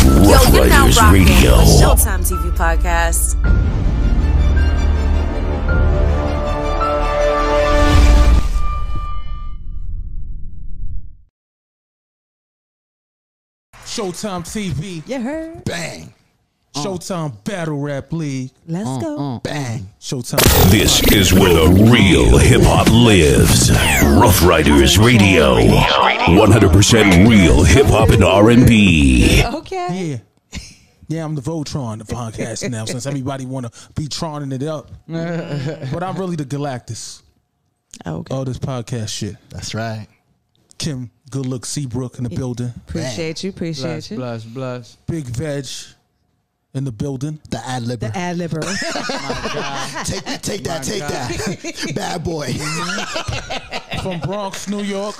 You're now Players rocking Radio. the Showtime TV podcast. Showtime TV. You heard? Bang. Uh. Showtime Battle Rap League. Let's go. Bang. Showtime. This is where the real hip hop lives. Rough Riders Radio. 100% real hip hop and R&B. Okay. Yeah. Yeah, I'm the Voltron of the podcast now since everybody want to be troning it up. but I'm really the Galactus. Oh, Okay. All this podcast shit. That's right. Kim, good look, Seabrook in the building. Appreciate you. Appreciate Blush, you. blush, blush. Big Veg in the building. The ad lib. Ad libber. Take, take that, take that. Bad boy. From Bronx, New York,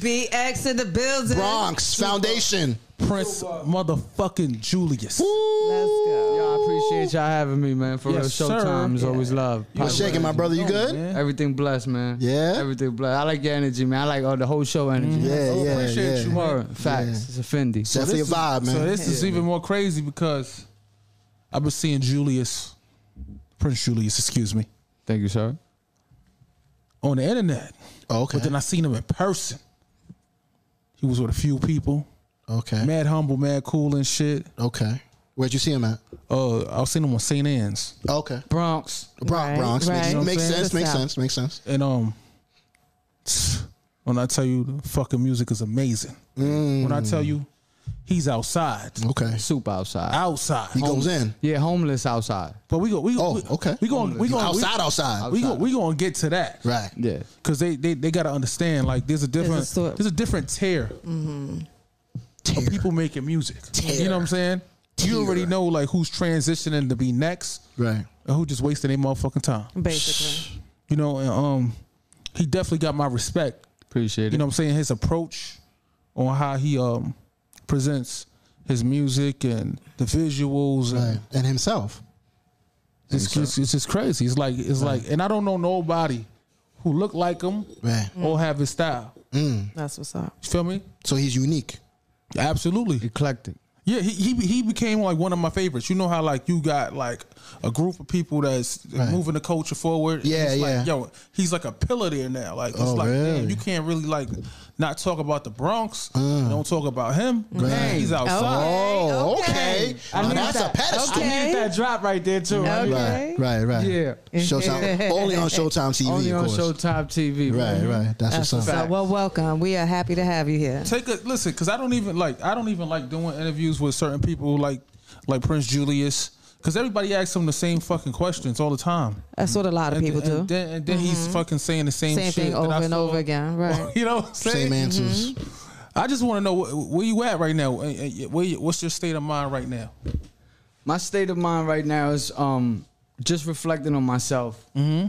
BX in the building. Bronx Foundation. Prince motherfucking Julius. Let's go. Y'all appreciate y'all having me, man. For Yes, real, sir. showtime is always love. You shaking, my brother? You good? Everything blessed, man. Yeah? Mm-hmm. Everything blessed. I like your energy, man. I like all the whole show energy. Yeah, Oh, yeah, appreciate you. yeah. Word, facts. It's a Fendi. Definitely a vibe, So man. this is even more crazy because I've been seeing Julius, Prince Julius, excuse me, Thank you, sir. on the internet. Oh, okay. But then I seen him in person. He was with a few people. Okay. Mad humble, mad cool and shit. Okay. Where'd you see him at? Uh, I seen him on St. Anne's. Okay. Bronx. Bronx. Right, Bronx. Makes- right. Makes You know what I'm sense. saying? Makes Just sense. Makes sense. And um when I tell you the fucking music is amazing. When Mm. I tell you he's outside. Okay. Soup outside. Outside. He goes in. yeah, homeless outside. But we go we Oh, we, okay. We going we going Outside, outside. We, we going we going to get to that. Right. Yeah. Cuz they they, they got to understand like there's a different a sort- there's a different tier of people making music. You Tier. know what I'm saying? You already know like who's transitioning to be next. Right. or who just wasted their motherfucking time. Basically. You know, and, um, he definitely got my respect. Appreciate it. You know what I'm saying? His approach on how he um presents his music and the visuals and Right. And himself. it's, it's, it's just crazy. It's like it's like and I don't know nobody who look like him Right. or have his style. That's what's up. You feel me? So he's unique. Absolutely. Eclectic. Yeah, he, he he became like one of my favorites. You know how like you got like a group of people that's Right. moving the culture forward. and Yeah, it's like, yeah. Yo, he's like a pillar there now. Like it's Oh, like damn, really? Uh. you can't really like not talk about the Bronx. Don't talk about him. Man, he's outside. Oh, okay. Now that's a pedestal. Okay. I need that drop right there, too. I need- Right. Right. Right. Yeah. Showtime. Only on Showtime TV. Only of on course. Showtime TV. Right, man. right. That's, That's what's what's up. up. Well, welcome. We are happy to have you here. Take a listen, because I don't even like I don't even like doing interviews with certain people like like Prince Julius, because everybody asks him the same fucking questions all the time. That's what a lot of And, people and do. then, and then he's fucking saying the same, Same shit thing that over I and saw- over again. Right. You know, what I'm saying? Same answers. Mm-hmm. I just want to know wh- where you at right now. and- and Where you, what's your state of mind right now? my state of mind right now is um just reflecting on myself. Mm-hmm.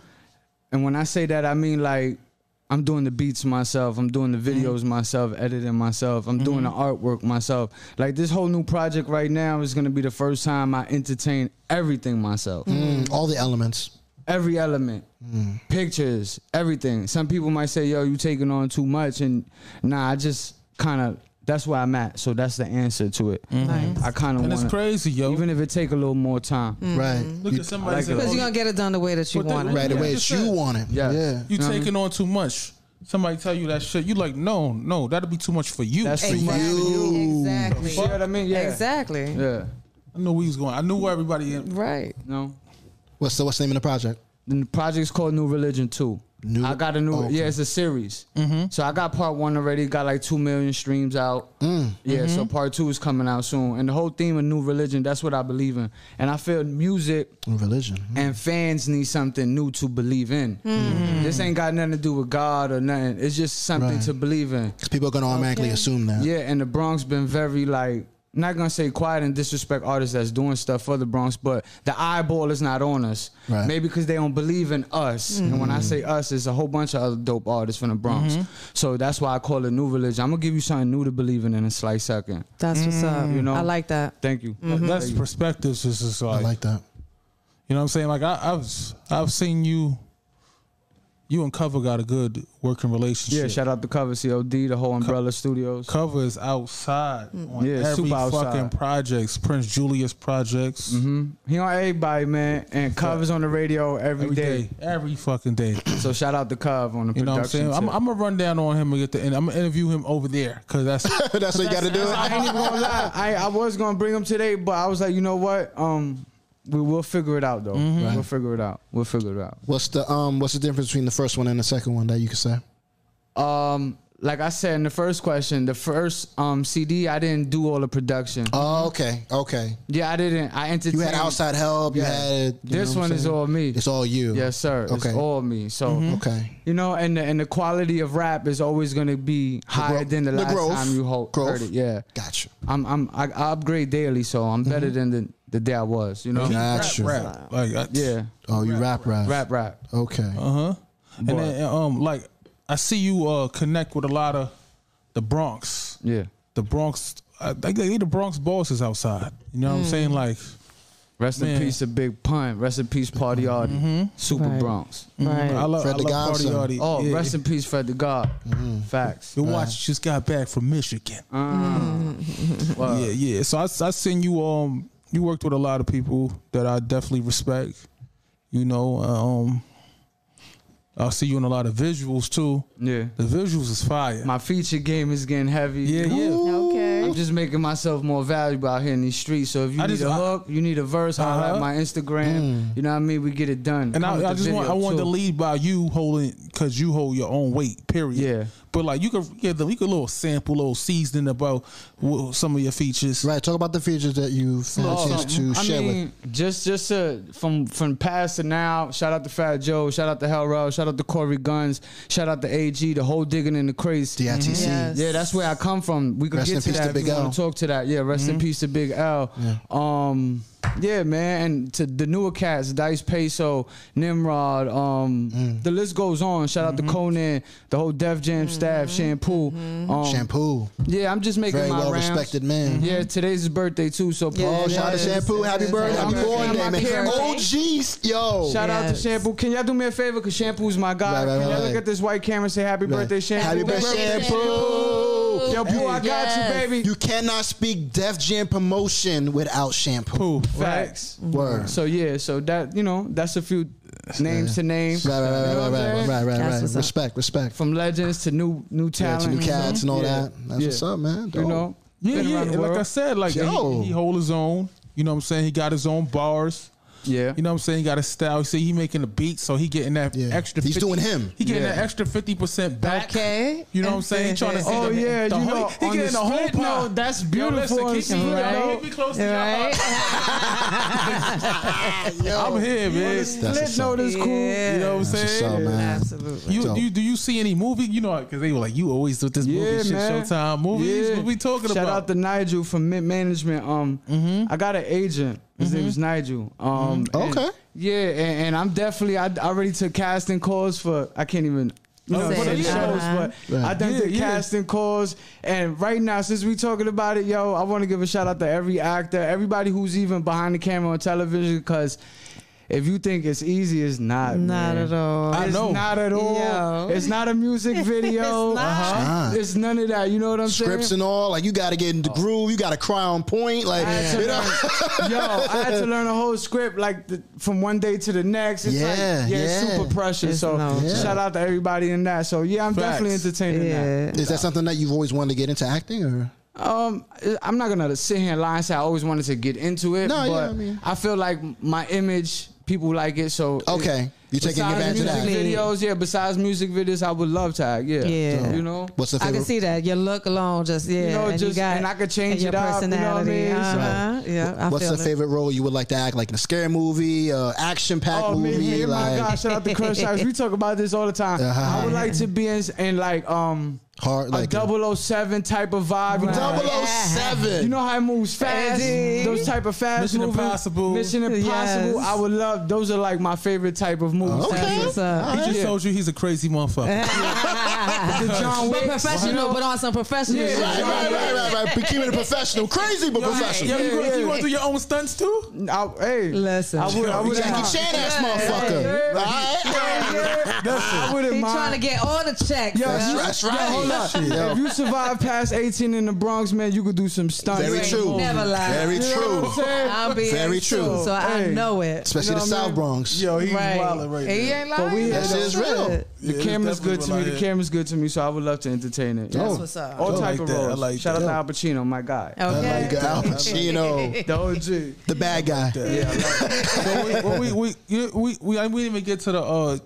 And when I say that, I mean like I'm doing the beats myself. I'm doing the Mm-hmm. videos myself, editing myself. I'm doing the artwork myself. Like this whole new project right now is gonna be the first time I entertain everything myself Mm. Mm, All the elements. every element, pictures, everything. Some people might say, "Yo, you taking on too much," and nah, I just kind of that's where I'm at. So that's the answer to it. Nice. I kind Mm-hmm. of And want it's crazy, yo. even if it take a little more time. Right. Mm-hmm. Look You- at somebody like say, it. oh, Because you you're going to get it done the way that you But then- want it. right Yeah. away. You It's said- you on it. Yes. Yeah. you know what I taking on too much. Somebody tell you that shit. You like, no, no, that'll be too much for you. That's- you. Exactly. See what I mean? Yeah. Exactly. Yeah. I knew we was going. I knew where everybody. In. Right. No. What's the what's the name of the project? The project's called New Religion Two. New- I got a new. Oh, okay. Yeah, it's a series. So I got part one already. Got like two million streams out. Mm. Yeah. So part two is coming out soon. And the whole theme of New Religion. That's what I believe in. And I feel music Religion. and fans need something new to believe in. This ain't got nothing to do with God or nothing. It's just something Right. to believe in. Because people are gonna automatically assume that. Yeah, and the Bronx been very like not gonna say quiet and disrespect artists that's doing stuff for the Bronx, but the eyeball is not on us. Right. Maybe because they don't believe in us. And Mm. when I say us, it's a whole bunch of other dope artists from the Bronx. Mm-hmm. So that's why I call it new religion. I'm gonna give you something new to believe in in a slight second. That's what's up. You know? I like that. Thank you. Mm-hmm. Mm-hmm. That's perspectives. Is just I like, like that. you know what I'm saying? Like I, I've I've seen you you and Cover got a good working relationship. Yeah, shout out to Cover COD, the whole Umbrella Studios. Cover is outside on Yeah, every super outside. Mm-hmm. fucking projects. Prince Julius projects. He on everybody, man, and Cover's on the radio Every every day, day. every fucking day. So shout out to Cov on the You know what I'm production. saying? I'm, I'm gonna run down on him and get the. And I'm gonna interview him over there because that's That's what you got to do. I ain't even gonna lie. I, I was gonna bring him today, but I was like, you know what? Um, we will figure it out though. Mm-hmm. We'll figure it out. We'll figure it out. What's the um? What's the difference between the first one and the second one that you could say? Um, like I said in the first question, the first um CD, I didn't do all the production. Oh, okay, okay. yeah, I didn't. I entertained. You had outside help. You Yeah. had you know This what I'm one is saying? all me. It's all you. Yes, sir. Okay. Mm-hmm. It's all me. So Okay. You know, and the, and the quality of rap is always going to be higher growth- than the, the last growth. time you ho- Growth. heard it. Yeah, Gotcha. I'm I'm I, I upgrade daily, so I'm better Mm-hmm. than the, the day I was. You know, Gotcha. rap. Like I, yeah, Oh, you rap, rap, Uh-huh. rap, rap. Okay. Uh huh. And then um like I see you uh connect with a lot of the Bronx. Yeah, The Bronx. I, I, they the Bronx bosses outside. You know what I'm Mm. saying? Like rest Man. in peace, a big pun. Rest in peace, Party Mm-hmm. Artie, Super Right. Bronx. Right. I love, Fred I the love Party Godson. Artie. Oh, Yeah. Mm-hmm. rest in Uh. peace, Fred the God. Facts. The Uh, watch just got back from Michigan. Wow. yeah, yeah. So I, I seen you. Um, you worked with a lot of people that I definitely respect. You know, um, I see you in a lot of visuals too. Yeah. The visuals is fire. My feature game is getting heavy. yeah, yeah. I'm Okay. just making myself more valuable out here in these streets. So if you I need just- a I- hook, you need a verse, holla Uh-huh. Mm. at my Instagram. You know what I mean? We get it done. And Come with I, I the just want I video, want too. to lead by you holding because you hold your own weight. Period. Yeah. But like you could get the you could a little sample, little seasoning about wh- some of your features. Right. Talk about the features that you've had a chance to I share mean, just just uh, from from past to now. Shout out to Fat Joe. Shout out to Hell Row. Shout out to Corey Guns. Shout out to AG. The whole digging in the craze. with the ITC. Yes. Yeah, that's where I come from. We could Rest in get to peace that. to if we Big L. Mm-hmm. want to talk to that. Yeah, rest in peace to Big L. Um, yeah, man, and to the newer cats, Dice Peso, Nimrod. Um, Mm. the list goes on. Shout Mm-hmm. out to Conan, the whole Def Mm-hmm. Jam staff, Shampoo. Um, Shampoo. Yeah, I'm just making Very Mm-hmm. my well rounds. respected man. Yeah, today's his birthday too. So Yeah, Oh, props. shout out Yes. to Shampoo. Happy Yes. birthday. Happy Happy born day, birthday. man. Happy OGs. Yo. Shout out to Yes. Shampoo. Can y'all do me a favor? Cause Shampoo's my guy. Oh, Right, right, Can y'all right. look at this white camera and say happy birthday, Shampoo? Happy birthday, Shampoo. Yo, boo, I got Yes. you, baby. You cannot speak Def Jam promotion without Shampoo. Cool. Facts. Word. So yeah, so that you know, that's a few names to name. Right, right, You know right, what I'm right, right, right, saying? right, That's right. what's up. Respect, respect. From legends to new new Yeah, talent, to new cats and all Yeah. that. That's Yeah. what's up, man. You Dope. know, Yeah, been yeah. around the And Like I world. said, like Yo. he, he hold his own. You know what I'm saying? He got his own bars. yeah, You know what I'm saying? He got a style. See, he making a beat, so he getting that Yeah. extra. He's doing him. He getting Yeah. that extra fifty percent back. Okay. You know what I'm saying? He trying to. Oh, yeah, you know, he on getting the the whole split pie. note, that's Yo, beautiful listen, and keep me, shit, right? right? keep me close to your heart. Right? I'm here, man. That's what's Split note up. is cool. Yeah. You know what I'm That's what's up, saying? man. Absolutely. You, do you do you see any movie? You know, because they were like, you always do this movie shit, Showtime movies. Yeah. What we talking Shout about? Mm-hmm. out to Nigel from Mint Management. Um, I got an agent. His name is Nigel. Um, and- Okay. yeah, and, and I'm definitely I, I already took casting calls for I can't even. You know, Say for the it, shows, uh-huh. but I done Oh, Yeah, did yeah. casting calls, and right now, since we talking about it, yo, I want to give a shout out to every actor, everybody who's even behind the camera on television, because if you think it's easy, it's not. Not man. at all. I It's know. not at all. Yo. It's not a music video. not. Uh-huh. It's not. It's none of that. You know what I'm Scripts saying? and all, like you got to get in the groove. You got to cry on point, like you know. Yo, I had to learn a whole script like the, from one day to the next. It's like, Yeah, yeah, it's yeah. super pressure. It's So no Yeah. shout out to everybody in that. So yeah, I'm Facts. definitely entertaining Yeah. Is that something that you've always wanted to get into acting, or that. Um, I'm not gonna sit here and lie and say I always wanted to get into it, No, yeah, but I mean- I feel like my image, people like it. So okay, you're taking advantage besides of music that? Exactly. videos, yeah. Besides music videos, I would love to. act, Yeah, Yeah. You know, What's the I favorite? can see that. Your look alone, just yeah, You know, and you just- got, and I could change and your it up, you know what I Personality. mean? So- Uh-huh. Yeah, I What's feel the it. favorite role you would like to act, like in a scary movie, uh, action-packed Oh man, movie? yeah, my like, God! Shout out to Crush House. We talk about this all the time. Uh-huh. I would like to be in, in like um Hard, like a 007 type of vibe. You know, 007. you know how it moves fast. Fast. Those type of fast Mission moving- Impossible. Mission Impossible. Yes. I would love. Those are like my favorite type of movies. That's what's up. He just Yeah. told you he's a crazy motherfucker. The John But Wick. professional, but on some professional. Yeah, shit. right, right, right, right, right. Be keeping it professional, crazy but professional. Yo, you, gonna- Yeah, you yeah. want to do your own stunts too? I, hey, Listen. I would. I would Jackie Chan ass motherfucker. Yeah. All right, all I wouldn't He mind. trying to get all the checks. Yo, man. you- That's right. yo, hold up. Shit, yo. If you survive past 18 in the Bronx, man, you could do some stunts. Very You ain't true. moving. Never lie. Very You know true. what I'm saying? I'm being Very true. So I Hey. know it. Especially You know the what I South mean? Bronx. Oh, Yo, he's Right. wilding right he now. ain't But lying. we- that shit is real. Yeah, The it's camera's good to me. definitely The real. camera's good to me, so I would love to entertain it. That's Oh. what's up. All I type like of that. I roles. like Shout that. out to Al Pacino, my guy. Okay. Like Al Pacino, The OG. the bad guy. Yeah, I love it. so we, well, we, we, you- we, we, I- we didn't even get to the uh,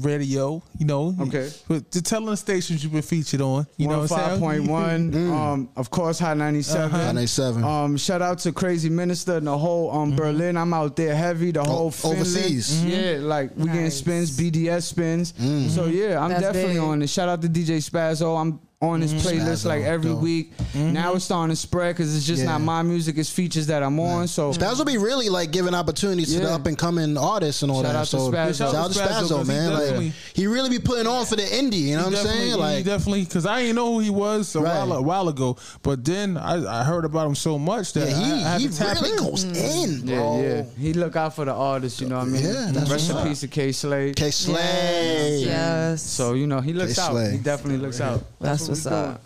radio, you know. Okay. But the telling stations you've been featured on, you know what I'm saying? Mm. 105.1. um, of course, Hot 97. Uh-huh. 97. Um, shout out to Crazy Minister and the whole Mm-hmm. um Berlin. I'm out there heavy. The whole Finland. overseas. Mm-hmm. Yeah, like we getting Nice. spins, BDS spins. So yeah, I'm That's definitely big. on it. Shout out to DJ Spazzo. I'm on Mm-hmm. his playlist Spazzo, like every dope. week. Now it's starting to spread because it's just Yeah. not my music. It's features that I'm on. So Spaz will be really like giving opportunities to the Yeah. up and coming artists and all Shout that. out to so Spazzo. shout out to Spazzo, 'cause Spazzo, he man. definitely- like he really be putting on for the indie. You know what I'm Definitely, saying? Like definitely, because I didn't know who he was a, while, Right. a while ago, but then I, I heard about him so much that yeah, I, I he had he to tap really in. goes in, yeah, bro. yeah, he look out for the artists. You know what I mean? Yeah, that's Rest what's in up. peace to K Slade. K Slay. Yes. So you know he looks K out. Slade. He definitely looks out. that's what's up.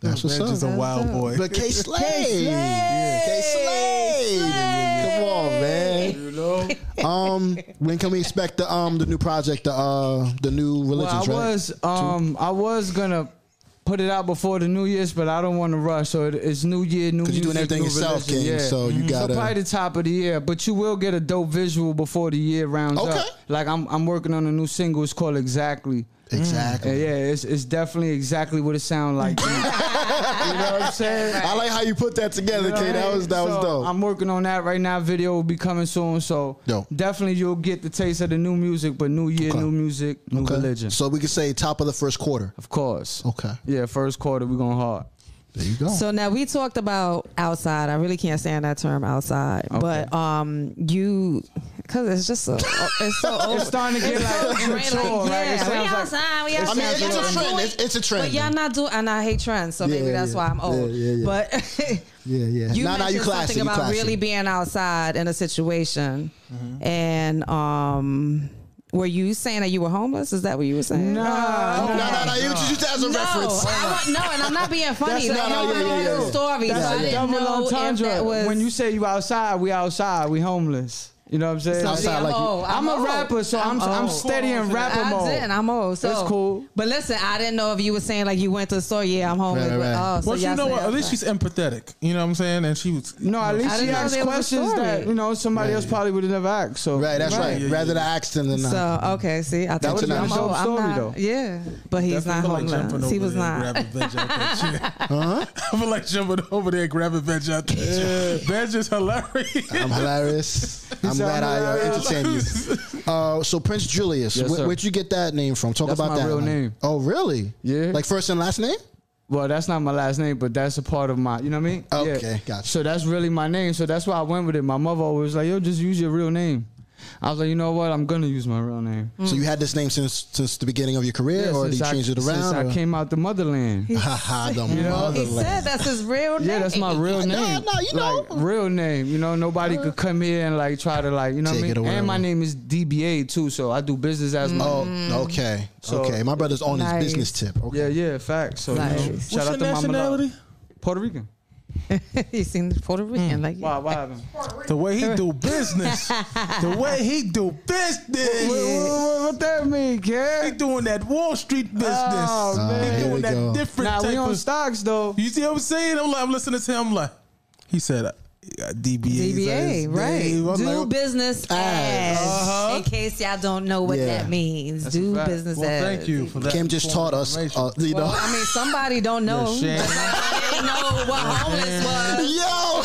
That's what's That's just a up. wild boy. But K Slay. K Slay. Come on, man. You know. Um, when can we expect the um the new project, the uh the new religions, well, I right? was um I was gonna put it out before the New Year's, but I don't want to rush. So it, it's New Year, New. Because you're doing music, everything new yourself, religion, King. yeah. Mm-hmm. So you So gotta. probably the top of the year, but you will get a dope visual before the year rounds Okay. up. Like I'm, I'm working on a new single. It's called Exactly. exactly. And yeah, it's, it's definitely exactly what it sounds like. you know what I'm saying? I like how you put that together, You know K. what I That mean? was that So, was dope. I'm working on that right now. Video will be coming soon, so Dope. definitely you'll get the taste of the new music. But new year, Okay. new music, new Okay. religion, So Oh. we could say top of the first quarter. of course. Okay. Yeah, first quarter we going hard. There you go. So now we talked about outside. I really can't stand that term outside, but um, you because it's just so oh, it's so over. It's starting to get like so grand, mature, like, like, it yeah, we sounds like- outside, we I outside. mean, it's Y'all a not trend. doing- It's, it's a But trend. y'all not doing, and I hate trends, so maybe Yeah, that's yeah. why I'm old. Yeah, yeah, yeah. But yeah, yeah. you nah, nah, mentioned you classy. something you about classy. really being outside in a situation, and um, were you saying that you were homeless? Is that what you were saying? Nah, Oh, No, okay. no, no. You just used that as a No, reference. I want, no, and I'm not being funny. That's Like, not- no, yeah, no, yeah, no, yeah. story. That's so I a didn't double know if entendre. that was when you say you outside, we outside, we homeless. You know what I'm saying? So outside I'm like you- old. I'm, a old. rapper, so I'm I'm, old. steady in rapper I mode. didn't. I'm old. So That's cool. But listen, I didn't know if you were saying like you went to the store. Yeah, I'm homeless. Right, right, right. But, oh, so But y'all you know say what? At least outside. she's empathetic. You know what I'm saying? And she was. no, at least didn't she know asked there was a questions story. that you know somebody else probably would have never asked. So right, that's right. Right, yeah, Rather the accent than uh, not. So okay, see, I told was you a I'm dope old. I'm story, not. though. Yeah, but he's I not feel like jumping homeless. over He was there and not. Grab a veg out that shit. I feel like jumping over there and grab a veg out that shit. That's just hilarious. I'm hilarious. I'm sound glad I uh, hilarious. entertained you. Uh, so Prince Julius, Yes, wh- sir. where'd you get that name from? Talk That's about my that. real Like- name. Oh, really? Yeah. Like first and last name? Well, that's not my last name, but that's a part of my, you know what I mean? Okay, gotcha. So that's really my name. So that's why I went with it. My mother always like, yo, just use your real name. I was like, you know what? I'm gonna use my real name. So you had this name since since the beginning of your career, or did Mm. since you change I, it around? Since or- I came out the motherland. Haha, the He said motherland. that's his real name. Yeah, that's my real name. no, you know. Like, real name. You know, nobody could come here and like try to like, you know Take what it I mean? away. And my name is DBA too, so I do business as my Oh, okay, So- okay. My brother's on Nice. his business tip. Okay. Yeah, yeah, facts. So you know, Nice. shout out to Mama Love. Puerto Rican. he seemed Puerto Rican, like Wow, what happened? The way he do business. the way he do business. What, what that mean, He kid? doing that Wall Street business. Oh, man. he Here we doing that go. different Nah, type we on of. stocks though. You see what I'm saying? I'm like, I'm listening to him. Like, he said, uh, DBA. DBA, right? do business as, oh, Uh-huh. in case y'all don't know what Yeah. that means. a do fact. business Well, as. thank you for that. Kim just taught us, uh, you Well, know. I mean, somebody don't know. Yeah, shame. Somebody ain't know what homeless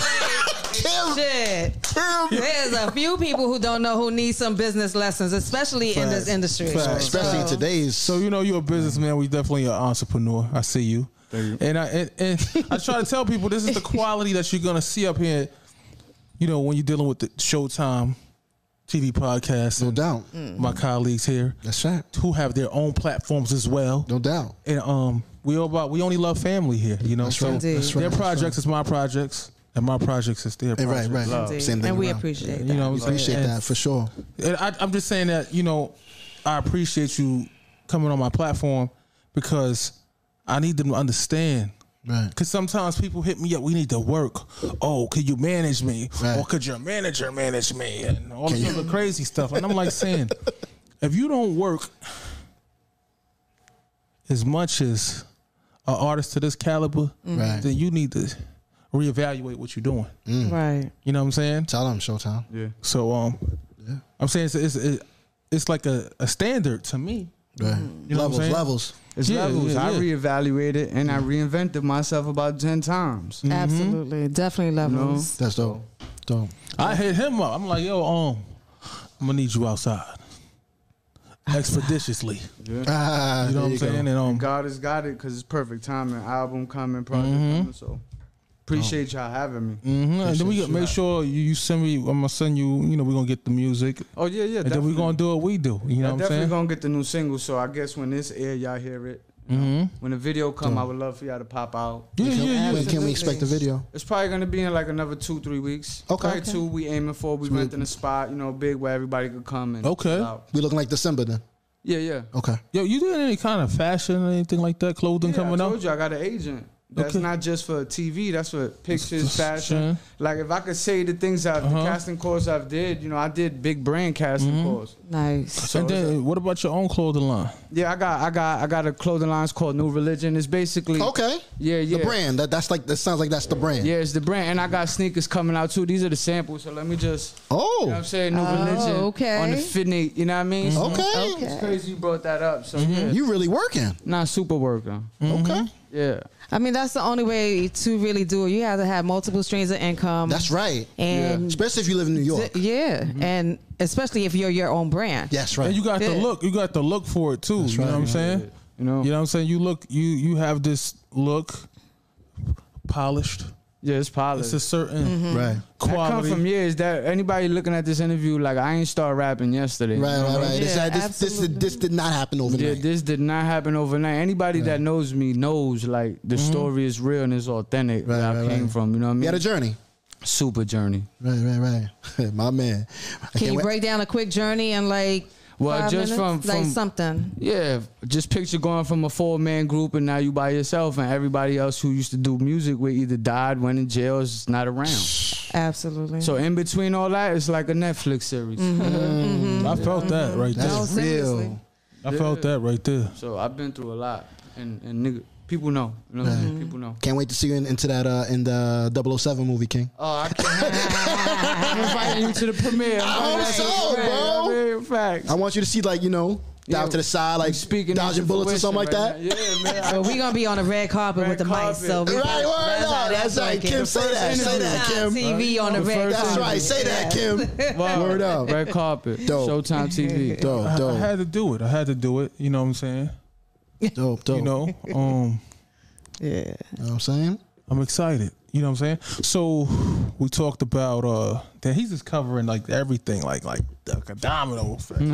was. Yo, Kim, Shit. Kim. There's a few people who don't know who need some business lessons, especially in this Facts. industry. Facts. Especially in today's. So you know you're a businessman. We definitely an entrepreneur. I see you. And I and, and I try to tell people this is the quality that you're gonna see up here. You know when you're dealing with the Showtime TV podcast. no doubt. My colleagues here That's right. who have their own platforms as well. No doubt. And um, we all about we only love family here. You know, so right. Indeed. That's right. their That's projects is my projects, and my projects is their Hey, right, projects. right. Indeed. Same thing. and we around. appreciate You that. know, what I'm We saying? appreciate And- that for sure. and I, I'm just saying that you know, I appreciate you coming on my platform because I need them to understand. Right. Because sometimes people hit me up, we need to work. Oh, could you manage me? Right. Or could your manager manage me? And all Can this you- other crazy stuff. And I'm like saying, if you don't work as much as an artist to this caliber, Mm. Right. Mm. then you need to reevaluate what you're doing. Right. You know what I'm saying? Tell them Showtime. Yeah. So um, I'm saying it's it's, it's, it's like a, a standard to me. Right. You know what I'm levels, saying? levels. It's Yeah, levels. yeah, I yeah. reevaluated and I reinvented myself about ten times. Mm-hmm. Absolutely. Definitely levels. That's dope. Dope. I hit him up. I'm like, yo, um, I'm gonna need you outside expeditiously. You Ah, know there what I'm go. saying? And um, God has got it because it's perfect timing. Album coming, project Mm-hmm. coming. So Oh. appreciate y'all having me. mhm, and then we gotta make sure you, you send me. I'm gonna send you. You know, we're gonna get the music, Oh yeah, yeah. and then we're gonna do what we do. You know I'm what I'm definitely saying? gonna get the new single. So I guess when this air, y'all hear it. Mm-hmm. When the video come, I would love for y'all to pop out. yeah, yeah, yeah. When can we expect the video? It's probably gonna be in like another two, three weeks. Okay. Probably Okay. two. We aiming for. We renting a spot, you know, big where everybody could come and. Okay. chill out. We looking like December then. Yeah, yeah. Okay. Yo, you doing any kind of fashion or anything like that? Clothing Yeah, coming I out? told you I got an agent. That's Okay. not just for TV. That's for pictures, Sure. fashion. Like if I could say the things I've the casting calls I've did, you know, I did big brand casting calls. Nice. and then what about your own clothing line? Yeah, I got I got I got a clothing line it's called New Religion. It's basically Okay. Yeah, yeah. The brand. That that's like that sounds like that's the brand. Yeah, it's the brand, and I got sneakers coming out too. These are the samples, so let me just. Oh. You know what I'm saying? New Oh, religion okay. on the fitness. You know what I mean? So okay. Okay. It's crazy you brought that up. So yeah, You really working. not super worker. Okay. Yeah, I mean, that's the only way to really do it. You have to have multiple streams of income. That's right. And Especially if you live in New York. yeah, Mm-hmm. and especially if you're your own brand. Yes, right. And you got the Yeah. look. You got the look for it too. you know right. what I'm saying? you know. You know what I'm saying? You look you you have this look polished. Yeah, it's It's polished. a certain right. I come quality. from years that anybody looking at this interview like I ain't start rapping yesterday. Right, right, right. This- Yeah, this, this, this, absolutely. did not happen Yeah, overnight. this did not happen overnight. Anybody that knows me knows like the story is real and it's authentic Mm-hmm. Right, where I right, came right. from. You know what I you mean? had a journey. Super journey. Right, right, right. My man. I Can can't you wait- break down a quick journey and like? Well, five just minutes? from- like from- something. Yeah, just picture going from a four man group and now you by yourself and everybody else who used to do music with either died, went in jail, is not around. Absolutely. So in between all that, it's like a Netflix series. I felt that right there. That's No, seriously. real. I felt that right there. So I've been through a lot, and and nigga, people know, you know, what I'm saying? people know. Can't wait to see you in, into that uh, in the 007 movie, King. Oh, I can't. I'm inviting you to the premiere. I hope so, bro. Facts. I want you to see like you know down Yeah. to the side, like Speaking dodging into bullets or something like fruition that. right now. Yeah, man. But we gonna be on a red carpet Red with the mic, carpet. so we Right, gotta- word how up. That's right. working. Kim, say that. Say that, First Kim. TV on the The red first That's carpet. right. Say that, Kim. Wow. Word up. Red carpet. Dope. Showtime TV. Dope, I dope, had to do it. I had to do it. You know what I'm saying? dope, dope. You know, um, Yeah. You know what I'm saying? I'm excited. You know what I'm saying? So we talked about uh that he's just covering like everything, like like like a domino effect. Bang,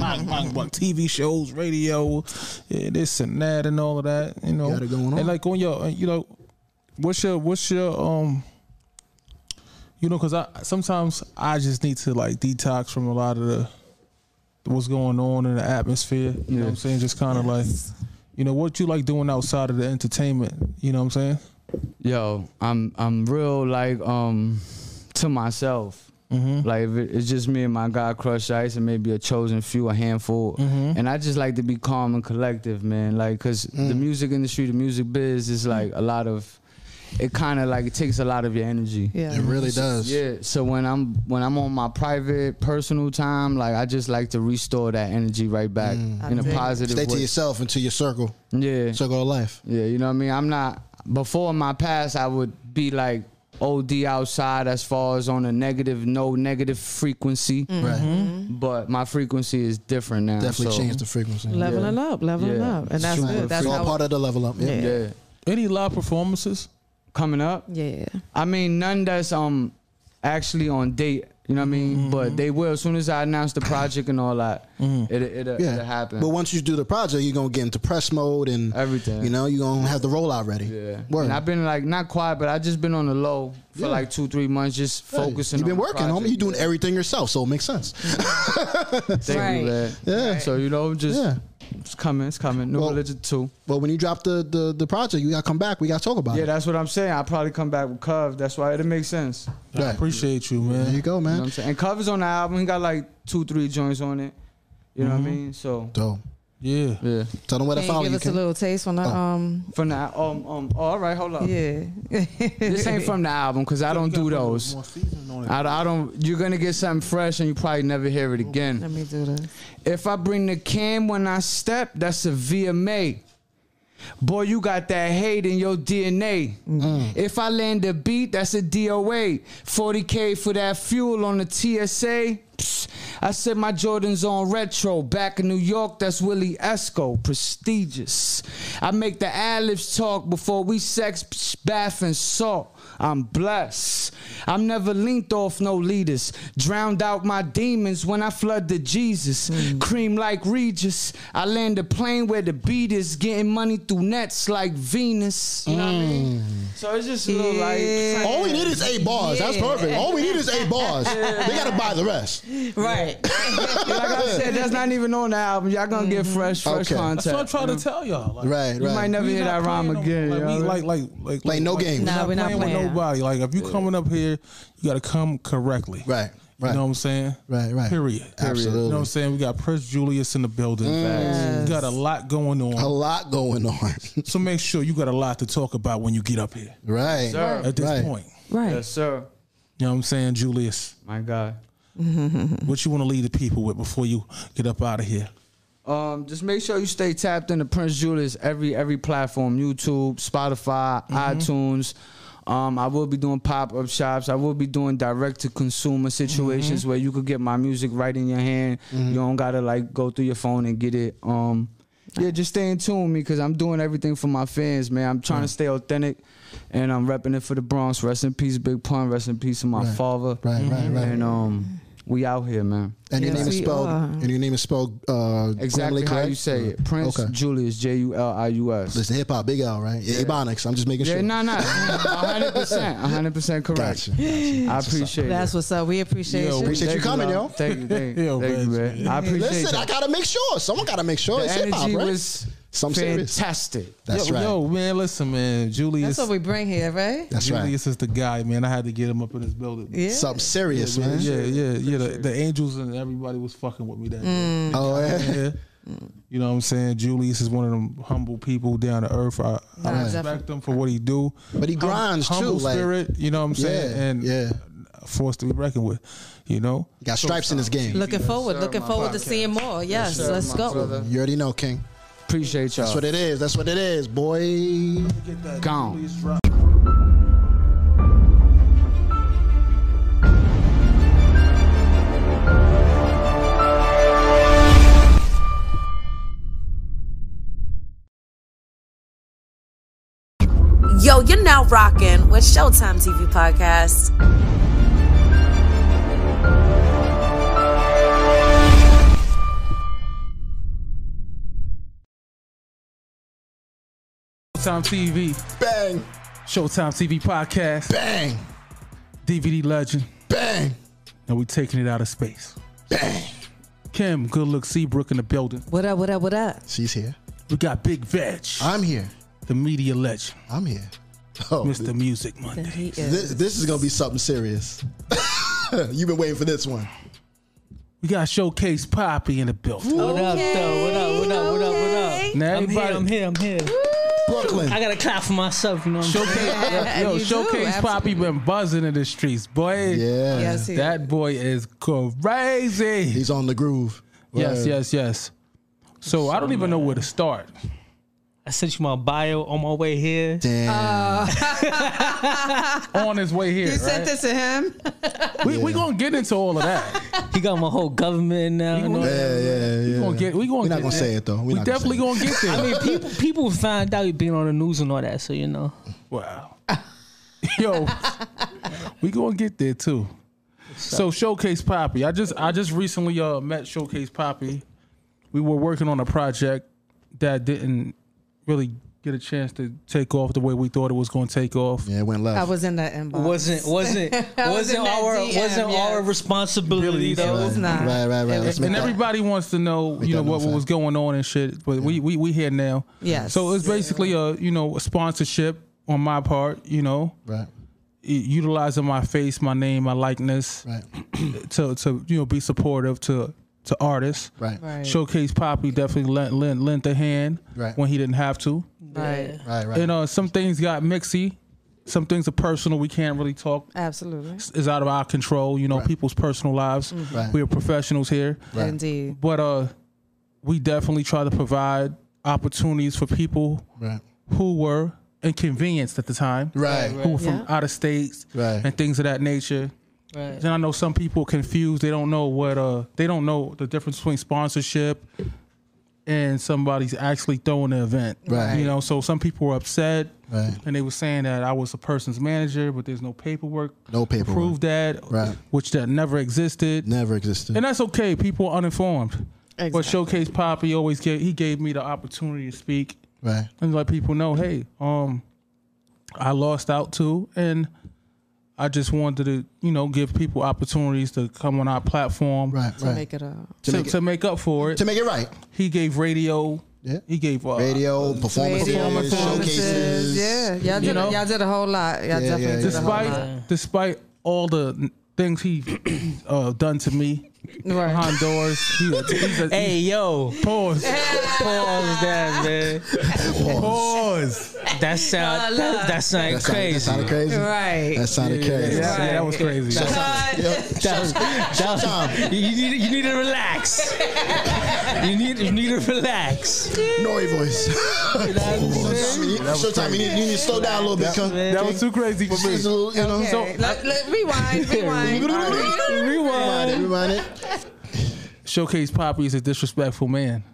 bang, bang, bang. TV shows, radio, yeah, this and that and all of that. You know, Got it going on. and like on your, uh, you know, what's your what's your um. You know, cause I sometimes I just need to like detox from a lot of the what's going on in the atmosphere. You know what I'm saying? Just kind of like, you know, what you like doing outside of the entertainment. You know what I'm saying? Yo, I'm I'm real like um to myself. Like if it, it's just me and my God crush ice and maybe a chosen few, a handful. Mm-hmm. Mm-hmm. And I just like to be calm and collective, man. Like cause Mm. the music industry, the music biz is like a lot of it kind of like it takes a lot of your energy. Yeah. It really does. Yeah. So when I'm when I'm on my private personal time, like I just like to restore that energy right back in a positive Mm. Stay to way. yourself and to your circle, Yeah. circle of life. Yeah, you know what I mean? I'm not before in my past I would be like OD outside as far as on a negative, no negative frequency. Mm-hmm. Right. But my frequency is different now. Definitely so, change the frequency. Leveling up, leveling Yeah. up, and that's Right. good. That's It's all how. part of the level up. Yeah. Yeah. Yeah. Any live performances? Coming up. yeah. I mean none that's um actually on date You know what I mean? Mm-hmm. But they will as soon as I announce the project and all that. It it will Yeah, it'll happen. But once you do the project, you're gonna get into press mode and Everything. You know, you're gonna have the rollout ready. yeah. Word. And I've been like not quiet, but I just been on the low for Yeah. like two three months, just focusing. You've been on the working, homie. project. You're doing everything yourself, so it makes sense. Thank Right. you, man. Yeah. So you know, just Yeah. it's coming, it's coming. New Well- religion too. But when you drop the, the the project, you gotta come back. We gotta talk about Yeah, it. that's what I'm saying. I probably come back with Cove. That's why it makes sense. I Right. appreciate you, There man. you go, You know what man. I'm saying? And Cove is on the album. He got like two, three joints on it. You know what I Mm-hmm. mean? So So Yeah. yeah. tell them where to Can you follow give you. Oh. us a Ken. little taste when I um From the um um. Oh, all right, hold up. yeah. This ain't from the album because I don't do those. I, I don't. You're gonna get something fresh, and you probably never hear it Let again. me do this. If I bring the cam when I step, that's a VMA. Boy, you got that hate in your DNA. If I land a beat, that's a DOA. 40K for that fuel on the TSA. Psst. I said my Jordans on retro. Back in New York, that's Willie Esco. Prestigious. I make the ad libs talk before we sex, psh, bath, and salt. I'm blessed. I'm never leaned off no leaders. Drowned out my demons when I flood the Jesus. Hmm. Cream like Regis. I land a plane where the beat is getting money through nets like Venus. You know what I mean? So it's just a little like. Hmm. All we need is eight bars. That's perfect. All we need is eight bars. They gotta buy the rest. Right. Like I said, that's not even on the album. Y'all gonna get fresh, fresh Okay. content. That's what I'm trying to tell y'all. Like, Right, You might right. never we hear not that rhyme playing no- again. Like, yo. we, like, like, like, Like, no games. We're Nah, not we're not playing, with playing. nobody. Like, if you coming up here, you got to come correctly. Right, You right. know what I'm saying? Right, right. Period. Absolutely. Mm. You know what I'm saying? We got Prince Julius in the building. Yes. We got a lot going on. A lot going on. So make sure you got a lot to talk about when you get up here right. Sir. at this Right. point. Right. Yes, sir. You know what I'm saying, Julius? My God. Mm-hmm. What you want to leave the people with before you get up out of here? Um, just make sure you stay tapped into Prince Julius every every platform: YouTube, Spotify, Mm-hmm. iTunes. Um, I will be doing pop up shops. I will be doing direct to consumer situations Mm-hmm. where you could get my music right in your hand. You don't gotta like go through your phone and get it. Um, yeah, just stay in tune with me because I'm doing everything for my fans, man. I'm trying to stay authentic, and I'm repping it for the Bronx. Rest in peace, Big Pun. Rest in peace to my father. Right, right, right. And um, we out here, man. And your Yes, name is we spelled. are. And your name is spelled. Uh, grammatically Exactly how correct? you say it. Prince Okay. Julius, J U L I U S. Listen, hip hop, big L, right? Yeah, Ebonics. I'm just making Yeah, sure. no, no, hundred percent, hundred percent correct. Gotcha. gotcha. I appreciate That's it. what's up. We appreciate Yo, you. Appreciate you coming, yo. Thank you, thank you, Yo, thank you, man. man. I appreciate Listen, you. I gotta make sure. Someone gotta make sure the it's hip hop, energy right? was Some serious. fantastic. That's yo, right. Yo, man, listen, man. Julius. That's what we bring here, right? That's right. Julius is the guy, man. I had to get him up in his building. Yeah. Something serious, man. Yeah, yeah, yeah. The, the angels and everybody was fucking with me that Mm. day. Oh, yeah. Yeah. You know what I'm saying? Julius is one of them humble people down to earth. I, I Nah, respect him for what he do. But he grinds Hum- humble too. Like, spirit, you know what I'm saying? Yeah, and yeah. forced to be reckoned with, you know? got stripes in his game. Looking forward. Looking my forward to podcast. seeing more. Yes. Sir, let's my go. brother. You already know, King. Appreciate y'all. That's what it is. That's what it is, boy. Gone. Yo, you're now rocking with Showtime TV Podcast. Showtime TV, Bang, Showtime TV podcast, bang, DVD legend, bang, and we taking it out of space. bang. Kim, good look, Seabrook in the building. What up? What up? What up? She's here. We got Big Veg, I'm here. the media legend, I'm here. Oh, Mr. Music Monday. He is. This, this is gonna be something serious. You've been waiting for this one. We got Showcase Poppy in the building. What up, though? What up, what up, what up, what up? Now I'm here, everybody, I'm here, I'm here. Brooklyn. I gotta clap for myself, you know what I'm saying? Showcase, yo, you do, Showcase Poppy absolutely. been buzzing in the streets, boy. Yeah. yes. He That boy is crazy. He's on the groove. Yes, yes, yes. So I don't even know where to start. I sent you my bio on my way here. Damn. Uh, On his way here, You sent right? this to him. we we gonna get into all of that. He got my whole government now. You know? gonna- yeah, yeah, yeah. We gonna get. We gonna. We're not get there. gonna say it though. We're We not definitely gonna. gonna get there. I mean, people people find out you being on the news and all that, so you know. wow. Yo, we gonna get there too. So showcase Poppy. I just I just recently uh met Showcase Poppy. We were working on a project that didn't really get a chance to take off the way we thought it was going to take off. Yeah, it went left. I was in the inbox. wasn't wasn't I was in wasn't that our DM, wasn't yes. our responsibility Really, though. It was not. Right, right, right. It Let's was make And that- everybody wants to know, you that know, no what, what was sense. going on and shit. But we, we we here now. Yes. So it's basically a you know a sponsorship on my part. You know, Right, u- utilizing my face, my name, my likeness right, to to you know be supportive to to artists. right, right, Right. Showcase Poppy definitely lent lent lent a hand Right. when he didn't have to. Right. right. And uh, some things got mixy. Some things are personal. We can't really talk. Absolutely. It's out of our control. You know, people's personal lives. Right. We are professionals here. Right. Indeed. But uh, we definitely try to provide opportunities for people right, who were inconvenienced at the time, right, who were from Yeah. out of states Right. and things of that nature. Right. And I know some people confused. They don't know what uh they don't know the difference between sponsorship and somebody's actually throwing the event. Right. You know, so some people were upset right. and they were saying that I was a person's manager, but there's no paperwork. No to paperwork. Prove that. Right. Which that never existed. Never existed. And that's okay. People are uninformed. Exactly. But Showcase Poppy always gave he gave me the opportunity to speak Right, and let people know, hey, um, I lost out too, and I just wanted to, you know, give people opportunities to come on our platform right, To right. make it a to, to, make up for it. To make it right. he gave radio. Yeah. He gave uh, Radio, performances, performances, showcases. Yeah, y'all did, know? y'all did a whole lot. Y'all definitely yeah, did Despite a whole lot. despite all the things he uh, done to me, Right. behind doors, he, he's a Hey yo, pause. pause that man. Pause. That sound that, that sound That sounded- That crazy. sounded crazy. Right. That sounded crazy. Yeah, that was crazy. That was- that was- you, you need you need to relax. you need you need to relax. Noy voice. Showtime, you need, you need to slow down a little bit. That, That was too crazy for me. you know. Okay. So, let, let- rewind, rewind. rewind it, rewind it. Showcase Poppy is a disrespectful man.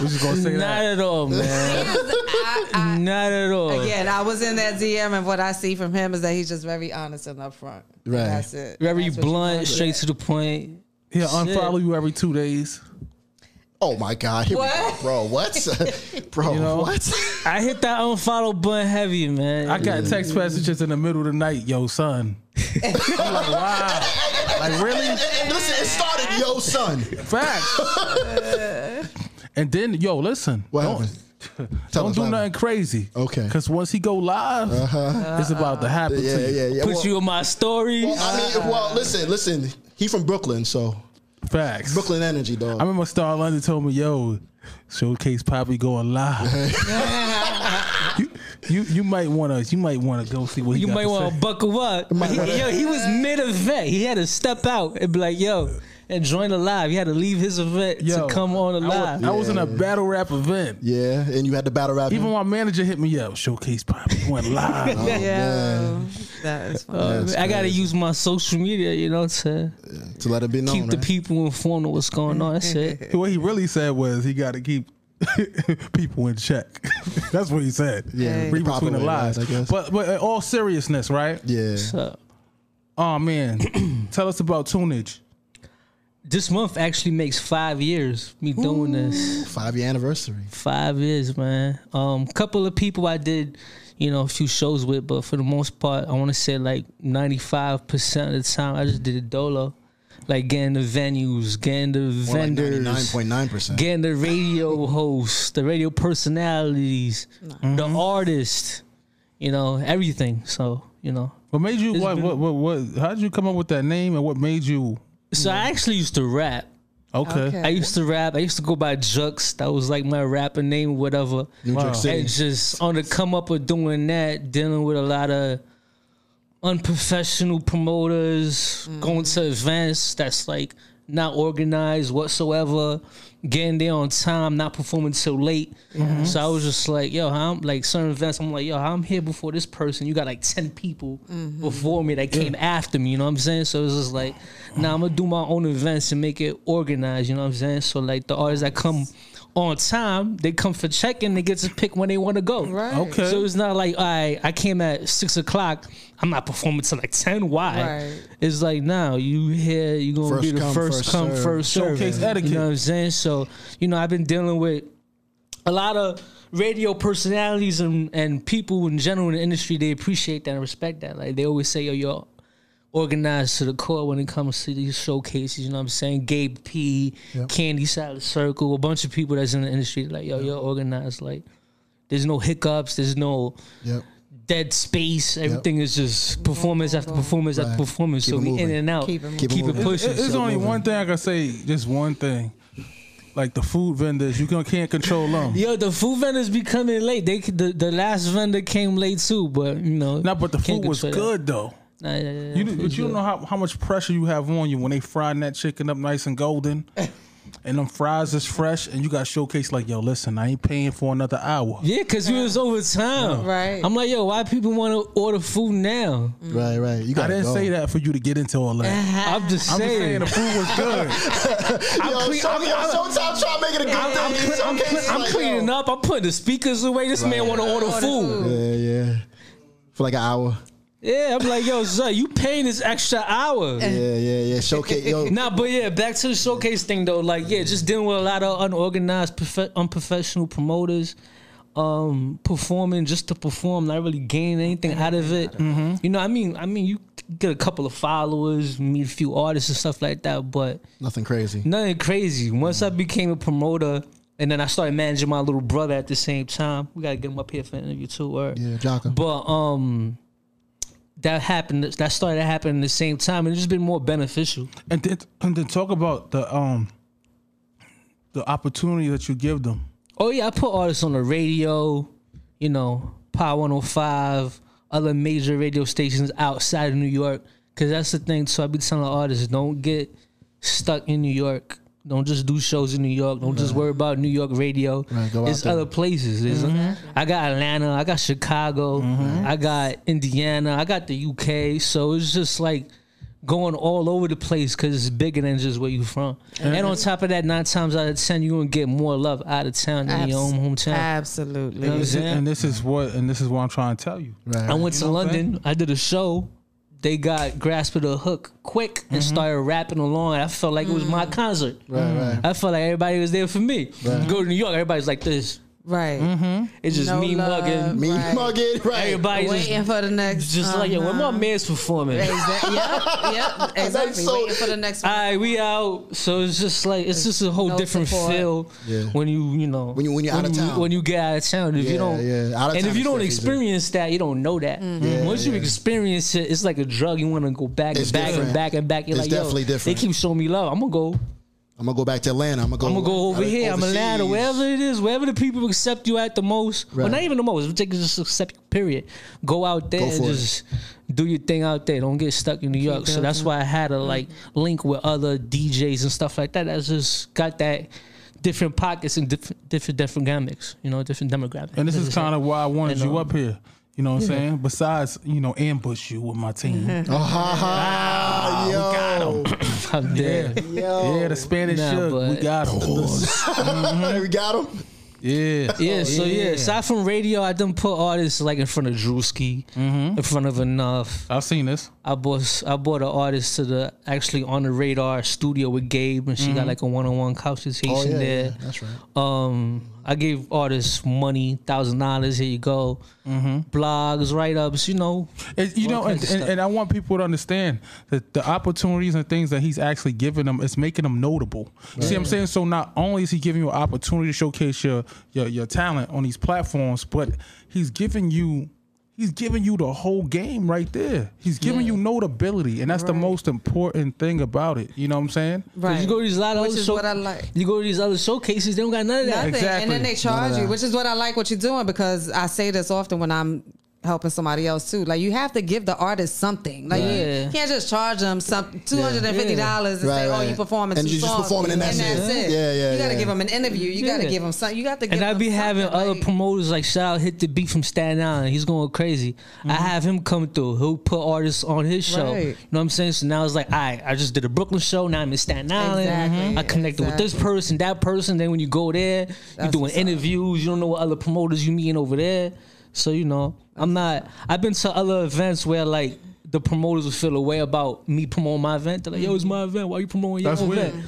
we just gonna say Not that. at all, man. I, I, Not at all. again, I was in that DM, and what I see from him is that he's just very honest and upfront. And Right. That's it. Very That's what you wanna blunt, do. straight to the point. He'll unfollow you every two days. Oh my God, here we go, What? bro. What, bro? What? I hit that unfollow button heavy, man. I got text messages in the middle of the night, yo, son. I'm like, wow. Like, really? Listen, it started, yo, son. Facts. and then, yo, listen. What don't happened? Tell don't us do what nothing crazy. Okay. Because once he go live, it's about to happen happened. Yeah, to you. yeah, yeah. Put well, you in my stories. I mean, well, listen, listen. He from Brooklyn, so Facts. Brooklyn energy, dog. I remember Star London told me, yo, Showcase Poppy going live. you, you you might wanna you might wanna go see what he you got might to want say. to buckle up. He- yo, he was mid event. He had to step out and be like, yo, and join the live. He had to leave his event Yo, to come on the I wa- live. I was in a battle rap event. yeah, and you had the battle rap. Even my manager hit me up. Showcase Poppy went live. Yeah. That is funny. Uh, I gotta use my social media, you know, to to let it be known. keep the right? people informed of what's going on. That's it. what he really said was he got to keep people in check. That's what he said. Yeah, read proper between the way, right, lines. I guess. But but in all seriousness, right? Yeah. So Oh man, tell us about tunage. this month actually makes five years me doing this. Five year anniversary. Five years, man. Um, couple of people I did, you know, a few shows with, but for the most part, I want to say like ninety five percent of the time, I just did a dolo, like getting the venues, getting the vendors, Nine point nine percent. getting the radio hosts, the radio personalities, the artists, you know, everything. So you know, What made you? It's What, been- what what what? How did you come up with that name? And what made you? so I actually used to rap. Okay. Okay. I used to rap. I used to go by Jux. That was like my rapper name, whatever. New Wow. York City. and just on the come up of doing that, dealing with a lot of unprofessional promoters, going to events that's like not organized whatsoever, getting there on time, not performing till late. So I was just like, yo, how I'm like certain events, I'm like, yo, how I'm here before this person. You got like 10 people before me that came after me, you know what I'm saying? So it's just like, now nah, I'm gonna do my own events and make it organized, you know what I'm saying? So like the artists that come on time. They come for check and they get to pick when they want to go. Right. Okay. So it's not like I I came at six o'clock. I'm not performing till like ten. Why? Right. It's like now you here. You gonna First be the come, first, first come serve. first serve. Showcase etiquette. You know what I'm saying? So you know I've been dealing with a lot of radio personalities and, and people in general in the industry. They appreciate that and respect that. Like they always say, yo, yo. Organized to the core when it comes to these showcases, you know what I'm saying? Gabe P, Candy Salad Circle, a bunch of people that's in the industry, like, yo, you're organized. Like, there's no hiccups, there's no Yep. dead space. Everything is just performance after performance after Right. performance. Keep so it we in moving. and out. Keep Keep it it, moving. Keep it moving. pushing. It- it's So only moving. one thing I can say. Just one thing. Like the food vendors, you can- can't control them. Yo, the food vendors be coming late. They could- the, the last vendor came late too, but you know. Nah, but the can't food was control good though. that. Nah, yeah, yeah, yeah, You, food's do- but you don't good. know how, how much pressure you have on you when they frying that chicken up nice and golden, and them fries is fresh, and you got showcase like, yo, listen, I ain't paying for another hour. Yeah, cause we was over time. Right. I'm like, yo, why people want to order food now? Right, right. You I gotta didn't go. say that for you to get into all that. I'm just I'm just saying saying. the food was good. Yo, clean- so, I'm- yo, I'm- Showtime try to make it a good I'm, I'm, thing. cle- I'm, cle- I'm cleaning up. I'm putting the speakers away. This man want to order food. Yeah, yeah. For like an hour. Yeah, I'm like, yo, Zay, you paying this extra hour. Yeah, yeah, yeah. Showcase. Yo, Nah, but yeah, back to the showcase thing though. Like, yeah, just dealing with a lot of unorganized, profe- unprofessional promoters, um, performing just to perform, not really gaining anything out of it. You know, I mean, I mean, you get a couple of followers, meet a few artists and stuff like that, but nothing crazy. nothing crazy. Once I became a promoter. And then I started managing my little brother at the same time. We gotta get him up here for an interview too. Or Yeah, Jocko. but um, that happened. That started happening at the same time, and it's just been more beneficial. And then, and then talk about the um the opportunity that you give them. Oh yeah, I put artists on the radio, you know, Power 105, other major radio stations outside of New York. Cause that's the thing. So I be telling artists, don't get stuck in New York. Don't just do shows in New York. Don't just worry about New York radio. Right, go out There's there. other places. There's- I got Atlanta. I got Chicago. Mm-hmm. I got Indiana. I got the UK. So it's just like going all over the place because it's bigger than just where you from. And on top of that, nine times out of ten, you're gonna get more love out of town than your own hometown. Absolutely. You know what I'm This is- saying? and this is what and this is what I'm trying to tell you. Right. I went to what I'm London. I did a show. They got grasp of the hook quick and started rapping along. I felt like it was my concert. Mm. right, right. I felt like everybody was there for me. Go to New York, everybody's like this. Right. It's just No me love. mugging. Me Right. mugging. Right. Everybody's Waiting just, for the next. just like, yo, when my uh-huh. man's performing. Exactly. Yep. Yep. Exactly. so- Waiting for the next one. All right, we out. So it's just like it's just a whole um, no different support. feel Yeah. when you you know When you- when you're out of town. when you get out of town. If Yeah, you don't yeah. Out of and town if you is don't crazy. experience that, you don't know that. Mm-hmm. Yeah, Once you yeah. experience it, it's like a drug. You want to go back It's and back different. and back and back. You're It's like, yo, definitely different. They keep showing me love. I'm gonna go. I'm gonna go back to Atlanta. I'm gonna go. I'm gonna go over out of- here. I'm overseas. Atlanta, wherever it is, wherever the people accept you at the most, or Right. not even the most. If they can just accept you, period. Go out there Go and for it. just do your thing out there. Don't get stuck in New York. So that's why I had to like link with other DJs and stuff like that. That's just got that different pockets and different different demographics. You know, different demographics. And this is kind of why I wanted And, you um, up here. You know what I'm saying? Besides, you know, ambush you with my team. Oh, ha, ha, yo. how dare. Yo. yeah, the Spanish Nah, shook. we but- got 'em. we got him. Yeah. Oh, Yeah, so yeah. aside from radio, I done put artists like in front of Drewski, Mm-hmm. in front of Enough, I've seen this. I brought I brought an artist to the actually on the radar studio with Gabe, and she Mm-hmm. got like a one on one consultation Oh yeah, yeah, there. that's right. Um, I gave artists money, thousand dollars. Here you go. Mm-hmm. Blogs, write ups, you know. And, you All know, and, kinds of and, stuff. and I want people to understand that the opportunities and things that he's actually giving them is making them notable. See what I'm saying? So not only is he giving you an opportunity to showcase your, your your talent on these platforms, but he's giving you he's giving you the whole game right there. He's giving you notability, and that's the most important thing about it. You know what I'm saying? Right. You go to these lot of Which other is show- what I like. You go to these other showcases, they don't got none of that. Nothing. And Exactly. then they charge you, which is what I like what you're doing because I say this often when I'm helping somebody else too. Like you have to give the artist something. Like Right. you can't just charge them some two hundred and fifty dollars and Right, say, "Oh, right. you performing And two you just songs," performing and that's it. Yeah, yeah, You got to yeah. give them an interview. You got Yeah. to give them something. You got to. Give And I'd them be having something, other like- promoters like Shout hit the beat from Staten Island. He's going crazy. I have him come through. He'll put artists on his show. Mm-hmm. Right. You know what I'm saying? So now it's like, all right, I just did a Brooklyn show. Now I'm in Staten Island. Mm-hmm. Exactly, I connected with this person, that person. Then when you go there, you're doing what's up. interviews. You don't know what other promoters you meeting over there. So you know, I'm not. I've been to other events where like. The promoters would feel a way about me promoting my event. They're like, "Yo, it's my event. Why you promoting your That's event?" weird.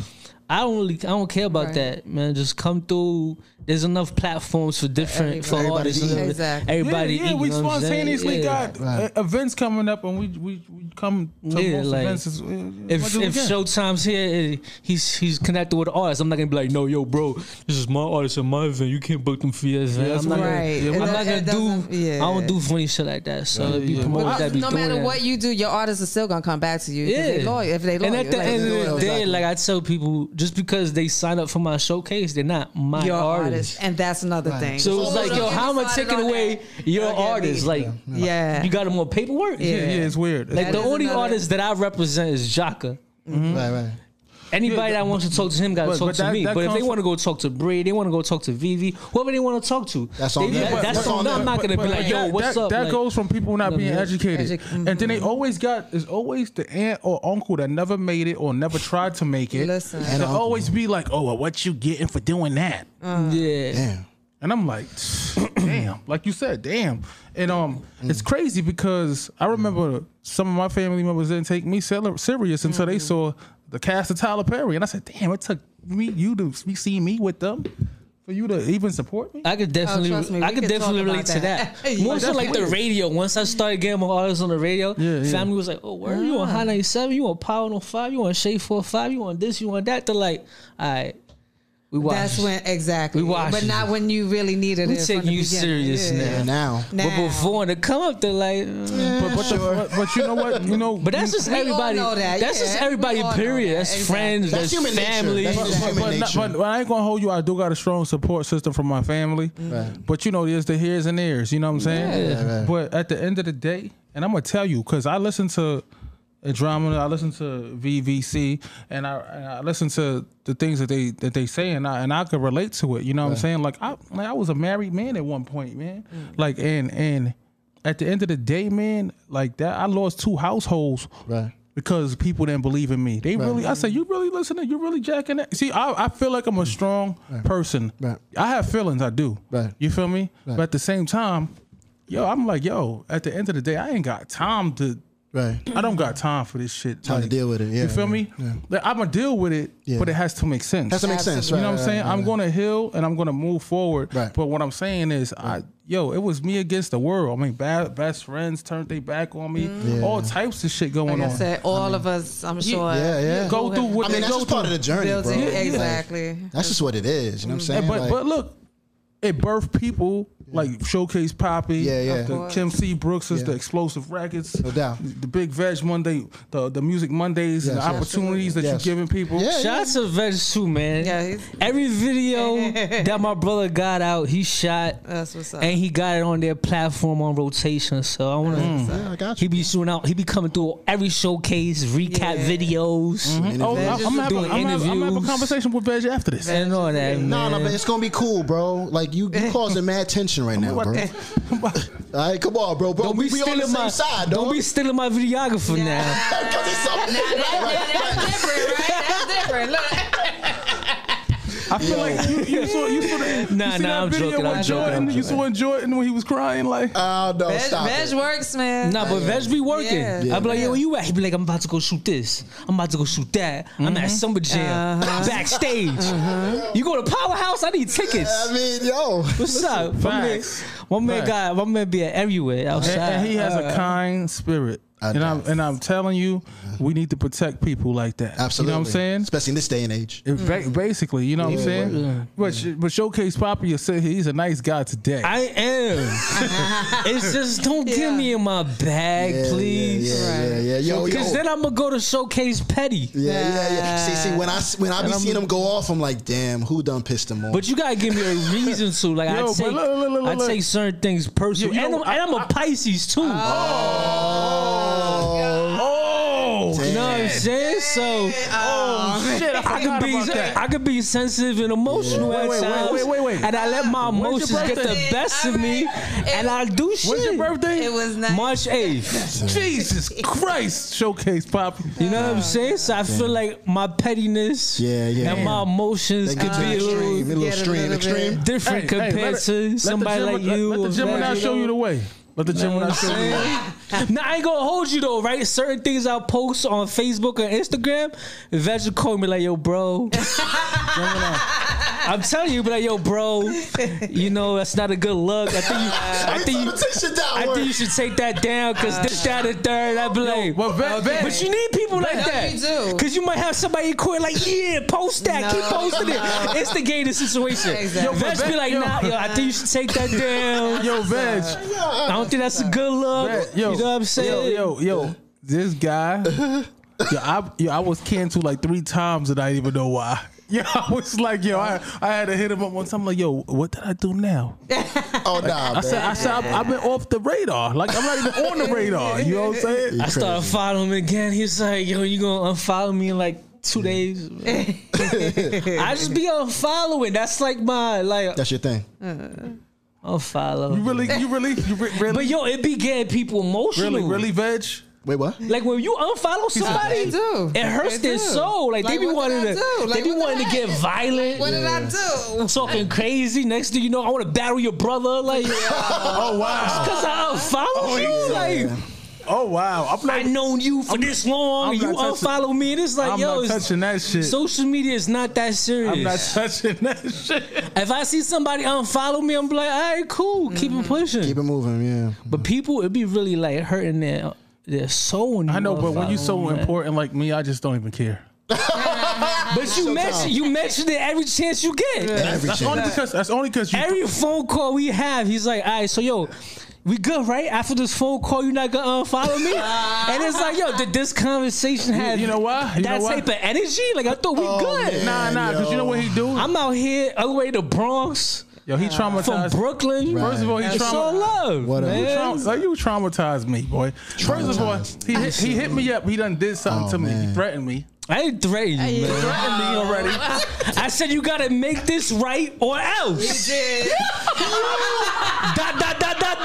I don't really, I don't care about that, man. Just come through. There's enough platforms for different for Everybody artists. eat. and Exactly. Everybody. yeah, yeah, eat, we you know what I'm saying? spontaneously Yeah. got uh, events coming up, and we we, we come to Yeah, most like, events. As, uh, as much If, as we if can. Showtime's here, eh, he's he's connected with artists. I'm not gonna be like, no, yo, bro, this is my artist and my event. You can't book them for your event. that's I'm not, Right. gonna, It I'm not does- gonna it do. doesn't- yeah. I don't do funny shit like that. So it'd be yeah. promoters Well, that be no doing matter that. what you do, your artists are still gonna come back to you. Yeah. They loyal, if they loyal. and at the Like, end they're of the loyal, day, exactly. like I tell people, just because they sign up for my showcase, they're not my your artist. artist, and that's another thing. So it's Oh, like, don't yo, get how am I started taking on away that. your Don't get me. artists? Like, Yeah. you got them on paperwork. yeah, yeah, it's weird. Like the is only another- artist that I represent is Jaka. Right, right. Anybody that wants to talk to him got to but- talk but to that- me. that But if comes they from- want to go talk to Brie, they want to go talk to Vivi, whoever they want to talk to. That's on they- them. That's That's on on them. I'm them. not gonna be But- like, but yo, that- what's that, up? That Like, goes from people not being yeah. educated, and Edu- then they Mm-hmm. always got is always the aunt or uncle that never made it or never tried to make it. Listen. and they always be like, "Oh, well, what you getting for doing that?" Mm. Yeah. Damn. And I'm like, "Damn!" Like you said, "Damn!" And um, Mm. it's crazy because I remember some of my family members didn't take me sel- serious until Mm-hmm. they saw the cast of Tyler Perry, and I said, "Damn, it took me you to me see me with them for you to even support me." I could definitely, Oh, trust me, I we could could talk definitely about relate to that. that. More Like, so that's like the weird. radio. Once I started getting my artists on the radio, Yeah, yeah. family was like, "Oh, where you on High 97? You on Power 105? You on Shade 45? You on this? You on that?" They're like, "All right, we watch." That's when exactly. We watch but it. not when you really needed We it. taking from the you beginning. serious Yeah. And now. now. But before to come up, they're like, "Mm." but, but, the- but, but you know what? You know, But that's just We all everybody. know that, That's just yeah. everybody. We all know Period. that, That's exactly. friends. That's, That's human nature. family. That's just but, human but, nature. not- but I ain't gonna hold you. I do got a strong support system from my family. But you know, there's the here's and there's. You know what I'm saying? But at the end of the day, and I'm gonna tell you because I listen to drama, I listen to VVC, and I, and I listen to the things that they that they say, and I and I can relate to it. You know what I'm saying? Like I like I was a married man at one point, man. Mm. Like and and at the end of the day, man, like that I lost two households Right. because people didn't believe in me. They really, I said, you really listening? You really jacking that? See, I, I feel like I'm a strong person. Right. I have feelings, I do. Right. You feel me? But at the same time, yo, I'm like, yo, at the end of the day, I ain't got time to, Right. I don't got time for this shit. Time to Like, deal with it, yeah, You feel me? yeah, yeah. Like, I'm going to deal with it, Yeah. but it has to make sense. Has to make sense. You Right, know what right, I'm saying? right, I'm right. going to heal and I'm going to move forward. Right. But what I'm saying is, I yo, it was me against the world. I mean, bad, best friends turned their back on me. Mm. Yeah. All types of shit going Like I on. said, all of us, I'm sure. Yeah, yeah. Go through what I mean, they that's go just part of through. the journey, bro. Building, Like, exactly. that's just what it is. You know what I'm saying? But Like, but look, it birthed people like Showcase Poppy, Yeah, yeah. Of the course. Kim C. Brooks is Yeah. the Explosive Records, No doubt. the Big Veg Monday, the the Music Mondays, and the Yes, yes. opportunities that Yes. you're giving people. Yeah, Shout out to Veg too, man. Yeah, he's- Every video that my brother got out, he shot, That's what's up. and he got it on their platform on rotation. So I want to. yeah, I got He you. be shooting out. He be coming through every showcase, recap Yeah. videos, Oh, I'm, I'm, having, I'm, having, I'm Doing having a interviews. conversation with Veg after this. and all that. Man. No, no, but it's gonna be cool, bro. Like you, you causing mad tension right now, bro. All right, come on, bro. bro don't we, be we on the stealing same my. side, Don't be stealing my videographer now. 'Cause it's something- I feel like you, you saw you saw that, you Nah, see nah, that I'm video joking, with I'm joking, I'm Jordan. You joking. saw in Jordan when he was crying like. Oh no, Veg, stop Veg it. works, man. Nah, but Veg be working. Yeah. i be like, yo, where you at? He be like, I'm about to go shoot this. I'm about to go shoot that. I'm at Summer Jam. Backstage. You go to Powerhouse? I need tickets. I mean, yo, What's up? My man, facts. my man Facts. got my man be at everywhere outside. and, and he has a kind spirit. and I'm and I'm telling you, we need to protect people like that. Absolutely. You know what I'm saying? Especially in this day and age. It ba- Basically, you know what I'm saying. But but showcase Poppy, you said he's a nice guy today. I am. it's just don't get me in my bag, please. Yeah, yeah, yeah, yeah. Oh, Yo, yo. Cause then I'm gonna go to showcase petty. yeah, yeah, yeah. See, see, when I s- when I be seeing him go off, I'm like, damn, who done pissed him off? But you gotta give me a reason to. Like Yo, I but take, look, look, look, I look. take certain things personal, Yo, Oh, yo, and, I'm, and I'm a Pisces too. oh You know what I'm saying? So, oh shit, I could forgot be, about that. I could be sensitive and emotional Wait, at wait, wait, times, wait, wait, wait. and I let my When's your emotions get the birthday? best of me, and I do shit. When's your birthday? It was not. March 8th. Jesus Christ! Showcase Poppy. You know what I'm saying? So I feel like my pettiness Yeah, yeah. and my Damn. emotions They could get to be the a extreme, little a little get a extreme, little bit. extreme. different Hey, hey, compared let it- to let the somebody Gemini- like you. Let, or let the Gemini Virgo. show you the way. Let the Gemini show you. the way. Now I ain't gonna hold you though, right? Certain things I post on Facebook or Instagram, Veggie call me like, yo, bro. I'm telling you, but like, yo, bro, you know that's not a good look. I think you, I Every think time you, I take shit down, I word. think you should take that down because this, that, and third. I be like, Well, Ve- Ve- but you need people like that. you do. Because you might have somebody quit like, yeah, post that. Keep No, posting no. it. Instigate the situation. Exactly. Yo, Yo, but Veg be Ve- like, yo. nah, yo, I think you should take that down. Yo, Veg. I don't think that's a good look. Right, yo, you know what I'm saying? Yo, yo, yo this guy. yo, I, yo, I was canceled like three times and I didn't even know why. Yo, I was like, yo, I, I had to hit him up one time. Like, yo, what did I do now? Oh nah, I said, I said, I've, I've been off the radar. Like, I'm not even on the radar. You know what I'm saying? I started following him again. He's like, yo, you gonna unfollow me in like two days? I just be unfollowing. That's like my like that's your thing. Mm. You unfollow. really, you really, you re- really, But yo, it be getting people emotional. really, really, Veg. Wait, what? Like when you unfollow somebody, They do. it hurts They their do. soul. Like, Like, they be what did wanting I to, do? they Like, be what wanting to did get violent. What did I do? Talking crazy. Next thing you know, I want to battle your brother. Like, Oh wow, cause I unfollow you. Like, oh wow. I'm I not, known you for this long. I'm and you not touching- unfollow me, and it's like, I'm yo, not it's- touching that shit. social media is not that serious. I'm not touching that shit. if I see somebody unfollow me, I'm like, all right, cool, keep Mm-hmm. it pushing. Keep it moving, yeah. but people, it'd be really like hurting their their soul. When you I know, but when you unfollow so them, man. important like me, I just don't even care. but you mention you mention it every chance you get. Every That's shit. only because that's only because you Every phone call we have, he's like, all right, so yo. We good, right? After this phone call, you're not gonna unfollow me, and it's like, yo, did this conversation have you know why? You that know why? type of energy? Like I thought we good. man. Nah, nah, because you know what he do? I'm out here all the way to Bronx Yo, he from traumatized. Brooklyn. First of all, he It's all traumatized. love, What a- man. Like you traumatized me, boy. First of all, he hit, he hit me up. He done did something Oh, to me. He man. threatened me. I ain't threatening you, man. Threatened me already. I said you gotta make this right or else. dot dot dot dot dot.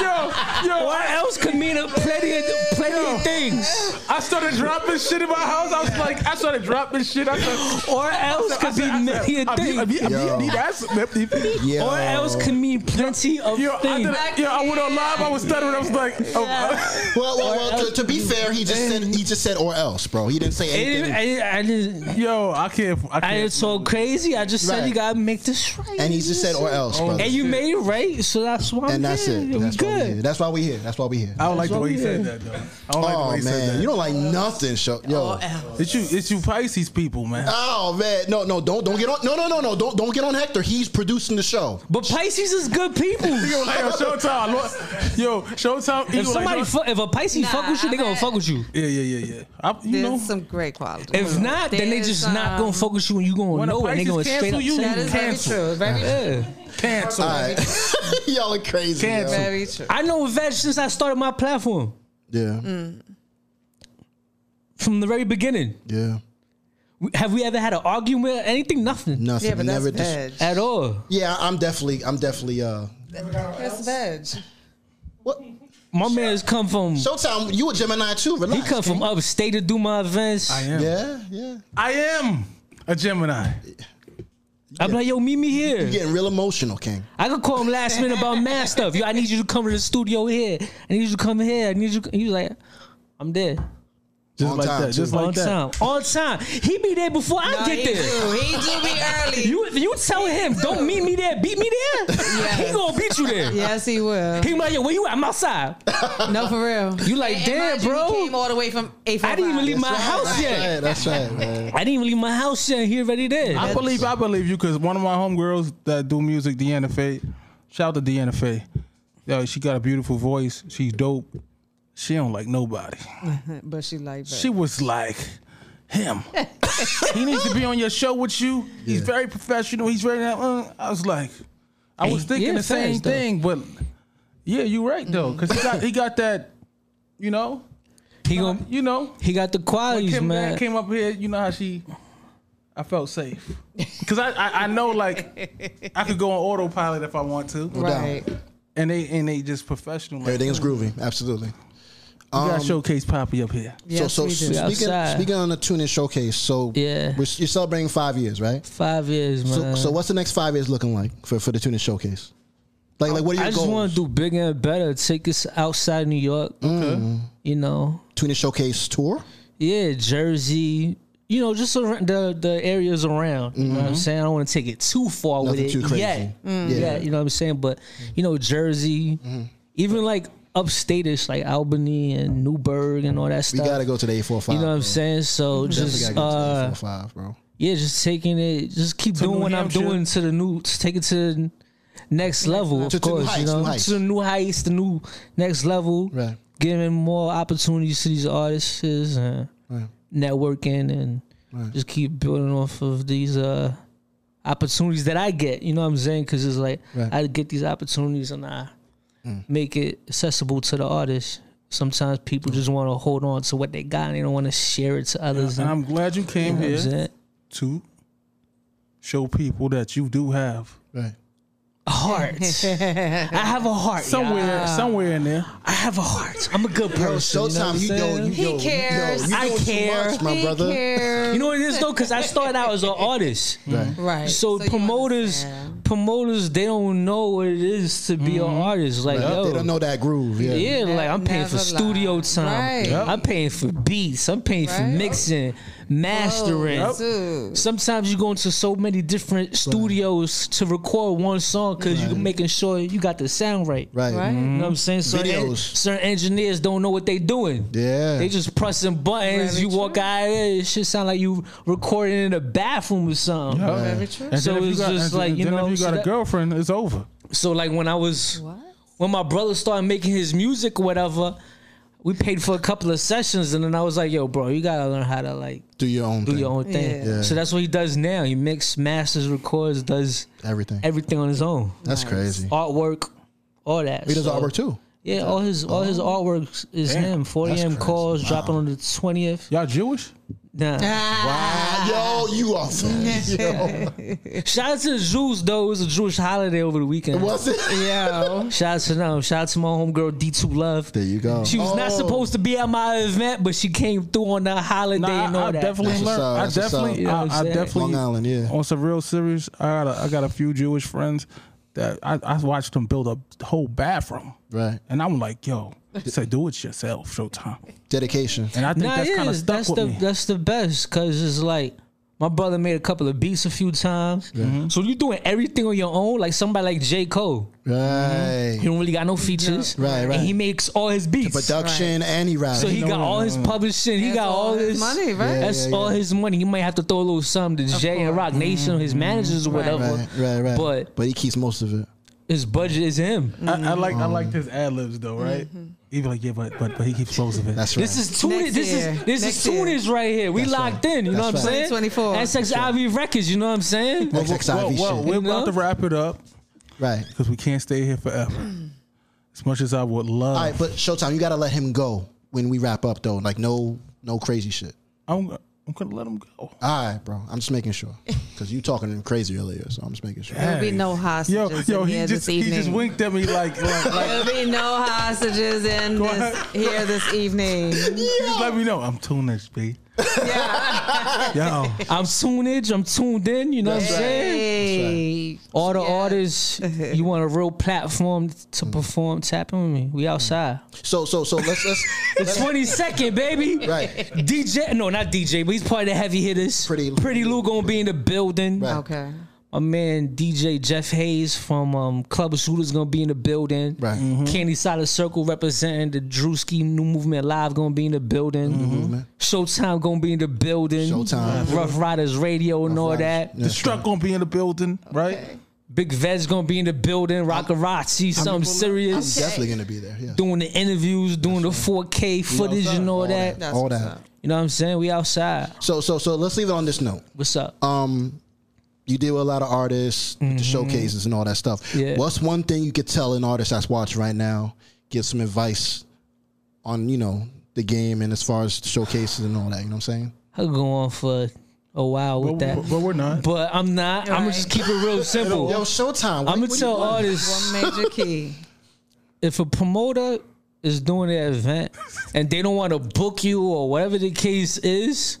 Yo, yo, Or else could mean a plenty of plenty of things. I started dropping shit in my house. I was like, I started dropping shit. I started. Or else I could be said- I said, many of "Abi- things. Abi- Abi- Yo. Abi- that's- Yeah. Or else could mean plenty of Yo, I, things. did, yo, I went on live. I was stuttering. I was like, oh, Well, well, well to, to be Mm. fair, he just said he just said or else, bro. He didn't say I anything, didn't, I, didn't, I, didn't, yo, I can't. I I didn't can't. talk crazy. I just said Right. you gotta make this right. and he just said or Oh, else, bro. And you made it right, so that's why. And that's it. That's why we here. good. That's why we here. That's why we here. Oh, I don't like the what way he we said that had. though. I don't like the way Oh he said man, that. you don't like nothing, show. Yo. It's you. It's you Pisces people, man. Oh man, no, no, don't, don't get on, no, no, no, no, don't, don't get on Hector. He's producing the show. But Pisces is good people. Yo, like, yo, Showtime, Lord- yo, Showtime. if Eagle, somebody, like, fu- if a Pisces Nah, fuck with you, they I'm gonna at- fuck with you. yeah, yeah, yeah, yeah. I, you There's know, some great qualities. If not, then they There's, just not um, gonna fuck with you, and you gonna when a know, it, and they Pisces gonna straight cancel up you, say that is it. very true. Very Yeah. cancel. All right, y'all are crazy. yo. Cancel. Very true. I know Veg since I started my platform Yeah, Mm. from the very beginning. yeah, We- Have we ever had an argument or anything? Nothing nothing. Yeah, but that's Never dis- veg. at all. yeah, I'm definitely, I'm definitely. Uh, That's veg. what? My man's come from Showtime, you a Gemini too? he Relax. come from upstate to do my events. I I, am. Yeah, yeah. I am a Gemini. am like, yo, meet me here. You're getting real emotional, King. I could call him last minute about mad stuff. Yo, I need you to come to the studio here. I need you to come here. I need you. He was like, I'm there. Just On like time, that. Just too. like on that. time, on time. He be there before I he get there. do. He do be early. You you tell him, don't meet me there, beat me there. He gonna beat you there. yes, he will. He like, yo, where you at? I'm outside. No, for real. You like, And damn, mind you, bro. He came all the way from eight. I didn't even leave my That's right, house that's yet. Right, that's right, man. I didn't even leave my house yet. He already there. I believe I believe you because one of my homegirls that do music, Deanna Faye. Shout out to Deanna Faye. Yo, she got a beautiful voice. She's dope. She don't like nobody. but she like that. She was like, him. he needs to be on your show with you. He's very professional. He's very. Uh, I was like, I was Hey, thinking yeah, the same facts, though. thing, but Mm. yeah, you're right though, because he got he got that, you know, he gonna, you know. he got the When qualities, Kim man. Dad came up here, you know how she, I felt safe because I, I I know like I could go on autopilot if I want to, right. and they and they just professional. Like, Everything's groovy. Absolutely. you um, gotta showcase Poppy up here. Yes, so so we do. Yeah. speaking Outside. speaking on the tune in showcase, so Yeah. Uh-huh. we're- you're celebrating five years, right? Five years, So, man. so what's the next five years looking like for, for the tune in showcase? Like like what are your I just goals? want to do bigger and better. Take us outside New York. Mm. You know, tune in showcase tour. yeah, Jersey. You know, just around the the areas around. You know what I'm saying? I don't want to take it too far Mm-hmm. Nothing with it too crazy. Mm. yet. Yeah. Yeah. Mm-hmm. you know what I'm saying. But you know, Jersey, even like upstateish, like Albany and Newburgh and all that We stuff. gotta go to the eight four five. you know what I'm saying? So just uh, bro. yeah, just taking it, just keep doing New what I'm Hampshire. doing to the new, to take it to the next level, of To- to new course, you heights, know, new heights. to the new heights, the new next level, Right. giving more opportunities to these artists and networking and just keep building off of these uh, opportunities that I get. You know what I'm saying? Because it's like Right. Mm. I get these opportunities and I make it accessible to the artists. Sometimes people just want to hold on to what they got and they don't want to share it to others. And and- I'm glad you you came know what I'm here saying? to show people that you do have Right. heart. I have a heart. somewhere y'all. somewhere in there. I have a heart. I'm a good person. you know what I'm Showtime, you saying? yo, you He yo, cares. Yo, I you doing care. Too much, my He brother. cares. You know what it is though, because I started out as an artist. Right. right. So, you promoters, understand. promoters, they don't know what it is to be an artist. Like yo, They don't know that groove. Yeah. Mm-hmm. Yeah, like I'm paying for never studio lie. time. Right. Yep. I'm paying for beats. I'm paying for Right. mixing, mastering. Whoa, dude. Sometimes you go into so many different studios to record one song because you're making sure you got the sound right. Right. Right. You Hmm? know what I'm saying? Certain, en- Videos. certain engineers don't know what they doing. Yeah. They just pressing buttons. Very you walk true. out of there, it should sound like you recording in a bathroom or something. Very true. And So then if you it's got- just and like, you then know, if you so got a that- girlfriend, it's over. So like when I was What? when my brother started making his music or whatever, we paid for a couple of sessions and then I was like, yo, bro, you gotta learn how to like Do your own do thing. your own thing. Yeah. Yeah. So that's what he does now. He mixes, masters, records, does Everything. everything on his own. That's crazy. Artwork, all that. He does So- artwork too. Yeah, all his all oh, his artwork is him. 40 that's m crazy. calls dropping on the 20th. Y'all Jewish? Nah. Ah, Wow. Yo, you are fast. Yo. Shout out to the Jews though. It was a Jewish holiday over the weekend. Was it? Yo. Shout out to them. Shout out to my homegirl D2 Love. There you go. She was not Oh. supposed to be at my event, but she came through on the holiday Nah, and I, all I that. definitely That's learned. what's up, I that's what's up. definitely, You know what I'm I, I saying? definitely. Long Island, yeah. On some real serious, I got a, I got a few Jewish friends that I, I watched them build a whole bathroom, Right. and I'm like, yo, say do it yourself, Showtime. Dedication. And I think Nah, that's yeah, kind of stuck that's with the me. that's the best because it's like my brother made a couple of beats a few times. Mm-hmm. So you doing everything on your own, like somebody like J Cole. Mm-hmm. He Right. don't really got no features, Right, right. And he makes all his beats. Production and he raps. So he got all his publishing. He That's got all his money, right? That's yeah, all yeah. his money. You might have to throw a little something to Jay and Rock Nation, his managers or Mm-hmm. Right. whatever. Right, right, right. But he keeps most of it. his budget is him. I, I like I Um, liked his ad libs though, right? mm-hmm. He be like, yeah, but but but he keeps close of it. That's right. This is tunage. Next This year. is this Next is year. tunage right here. We locked in. You know what I'm That's right. saying? 2024. SXIV Records. You know what I'm saying? Next Well, XIV well, shit. we're You know? about to wrap it up right. because we can't stay here forever. As much as I would love, All right, but Showtime, you gotta let him go when we wrap up though. Like no, no crazy shit. I'm I'm gonna let him go. All right, bro. I'm just making sure because you talking crazy earlier, so I'm just making sure. There'll be no Yo, hostages yo, in he here just this he evening. just winked at me like like, like There'll be no hostages in this, here this evening. Just let me know. I'm tuned next, B. Yo, I'm tunage. I'm tuned in. You know what I'm saying? Hey, All the artists, you want a real platform to Mm. perform? Tap in with me. We outside. So so so let's let's The 22nd, baby. Right. DJ, no, not DJ, but he's part of the heavy hitters. Pretty Lou. Pretty Lou gonna be in the building. Right. okay. My man DJ Jeff Hayes from um, Club of Shooters gonna be in the building. Right. Candy Solid Circle representing the Drewski New Movement Live gonna be in the building. Showtime gonna be in the building. Mm-hmm. Showtime. Rough Riders Radio and all Riders. that. the truck gonna be in the building, right? Big Vez gonna be in the building. Rockarazzi, something I'm serious. definitely gonna be there. Yeah. Doing the interviews, doing the 4K footage and all that. That's All what's that. up. You know what I'm saying? We outside. So so so let's leave it on this note. What's up? Um you deal with a lot of artists, the showcases and all that stuff. Mm-hmm. Yeah. What's one thing you could tell an artist that's watching right now? Give some advice on, you know, the game and as far as showcases and all that, you know what I'm saying? I could go on for a while with But, that. but we're not. But I'm not. I'm gonna just keep it real simple. Yo, Showtime. I'm gonna tell artists One major key. if a promoter is doing an event and they don't want to book you or whatever the case is,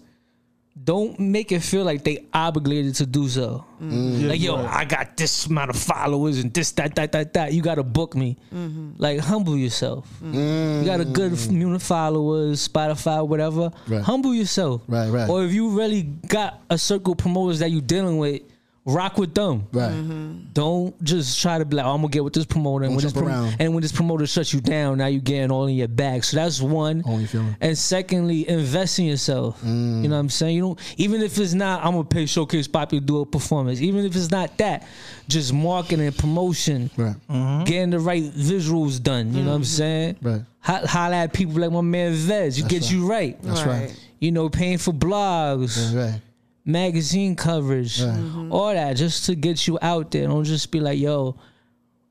don't make it feel like they obligated to do so. Mm. Like yo, I got this amount of followers and this that that that that. You gotta book me. Mm-hmm. Like humble yourself. Mm. You got a good amount of followers, Spotify, whatever. Right. Humble yourself. Right, right. Or if you really got a circle of promoters that you dealing with, rock with them. Right. Mm-hmm. Don't just try to be like, oh, I'm gonna get with this promoter, and Don't when this, jump prom- around. and when this promoter shuts you down, now you're getting all in your bag. So that's one. Only feeling. Mm. And secondly, invest in yourself. You know what I'm saying? You don't even if it's not, I'm gonna pay showcase Poppy to do a performance. Even if it's not that, just marketing, and promotion, Right. getting the right visuals done. You know what I'm saying? Mm-hmm. Right. Ho- holla at people like my man Vez. You get right. you right. That's right. Mm-hmm. You know, paying for blogs Right. magazine coverage, all that, just to get you out there. Don't just be like, yo,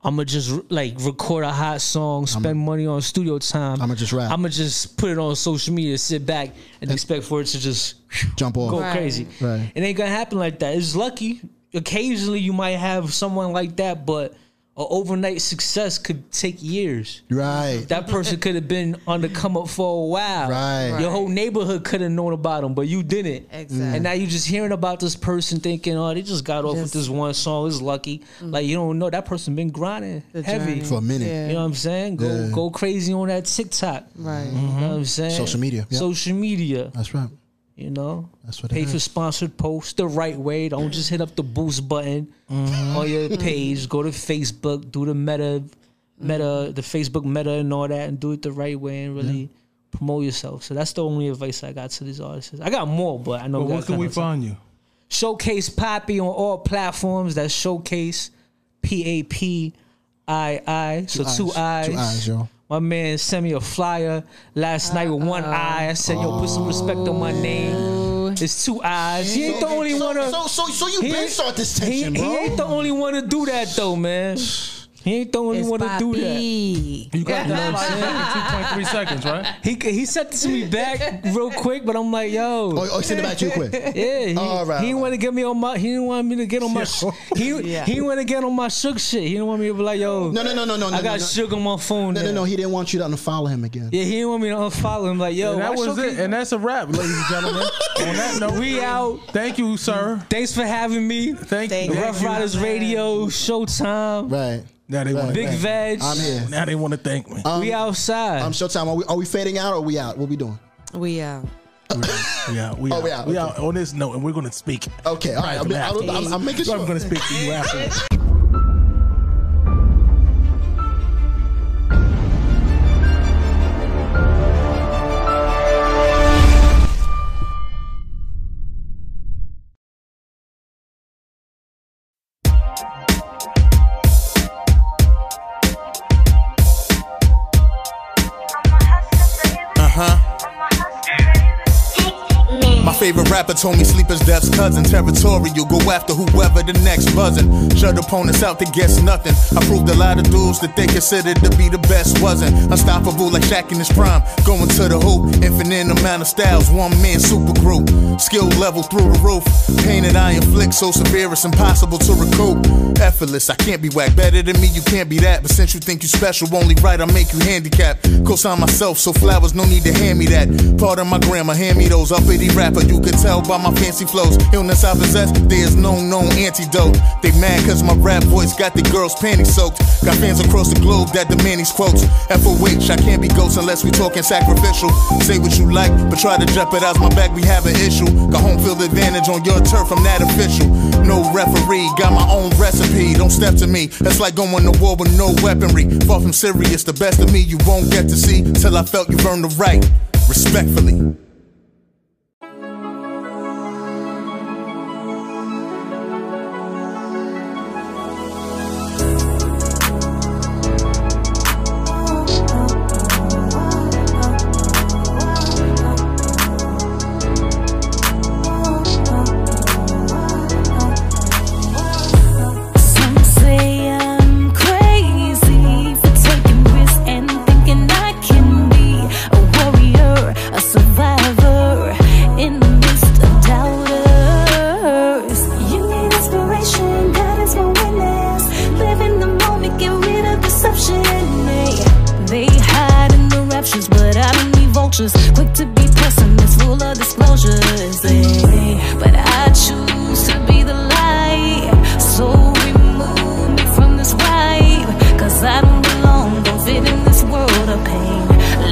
I'm gonna just re- like record a hot song, spend money on studio time. I'ma just rap. I'm gonna just put it on social media, sit back, and expect for it to just Jump off. go crazy. Right. It ain't gonna happen like that. It's lucky. Occasionally, you might have someone like that, but a overnight success could take years. Right. That person could have been on the come up for a while. Right. Your whole neighborhood could have known about them, but you didn't. Exactly. And now you just hearing about this person thinking, oh, they just got off with Just- Mm-hmm. this one song. It's lucky. Like you don't know that person been grinding The heavy. journey. For a minute. Yeah. You know what I'm saying? Go Yeah. Mm-hmm. go crazy on that TikTok. Right. You know what I'm saying? Social media. Yep. Social media. That's right. You know, That's what it pay for is. sponsored posts the right way. Don't just hit up the boost button on your page. Go to Facebook, do the meta, meta, the Facebook meta and all that, and do it the right way and really promote yourself. So that's the only advice I got to these artists. I got more, but I know But got where can we kinda time. find you? Showcase Poppy on all platforms. That's Showcase P A P I I. So two eyes. eyes. Two eyes, yo. My man sent me a flyer last night with one eye. I said, yo, put some respect on my name. It's two eyes. He ain't the only so, one to. So, so, so you he been ain't- start this he, tension, he bro. ain't the only one to do that though, man. He ain't the only It's one to do that. Papi. You got you know what I'm saying? 2.3 seconds, right? He he sent this to me back real quick, but I'm like, yo, oh, oh, send it back to you quick. Yeah, he, All right, he didn't all want to get me on my. He didn't want me to get on my. sh- he he didn't want to get on my shook shit. He didn't want me to be like, yo, No, no, no, no, no. I no, got no, shook on my phone. No, no, now. no. He didn't want you to unfollow him again. Yeah, he didn't want me to unfollow him. Like, yo, And that why was Shook it. you- And that's a wrap, ladies and gentlemen. on that note, We out. Thank you, sir. Thanks for having me. Thank, Thank you. you. Rough Riders Radio, Showtime, Right. Now they want to Big thank Veg. I'm here. me. Now they want to thank me. We outside. I'm Um, Showtime. Are we, are we fading out or are we out? What we doing? We out. Yeah, we Oh, out. we out, We okay. out on this note, and we're going to speak. Okay. All right. I'm, Right, I'm, I'm, I'm making sure. I'm going to speak to you after. Uh huh. My favorite rapper told me sleep is death's cousin. Territorial, go after whoever the next buzzin'. Shut opponents out to guess nothing. I proved a lot of dudes that they considered to be the best wasn't. Unstoppable like Shaq in his prime. Going to the hoop, infinite amount of styles. One man supergroup. Skill level through the roof. Pain that I inflict so severe it's impossible to recoup. Effortless, I can't be whack. Better than me, you can't be that. But since you think you special, only right, I make you handicapped. Co-sign myself, so flowers, no need to hand me that. Part of my grandma, hand me those. Uppity rapper, you could tell by my fancy flows. Illness I possess, there's no known antidote. They mad cause my rap voice got the girls' panties soaked. Got fans across the globe that demand these quotes. FOH, I can't be ghost unless we talking sacrificial. Say what you like, but try to jeopardize my back, we have an issue. Got home field advantage on your turf, I'm that official. No referee, got my own recipe, don't step to me. That's like going to war with no weaponry. Far from serious, the best of me you won't get to see till I felt you've earned the right. Respectfully. Some say I'm crazy for taking risks and thinking I can be a warrior, a survivor in the midst of doubters. You need inspiration, God is my witness. Live in the moment, get rid of deception. They hide in the raptures, but I don't need vultures. Quick to be pessimists, full of disclosures. They- But I choose to be the light. So remove me from this vibe. Cause I don't belong, don't fit in this world of pain.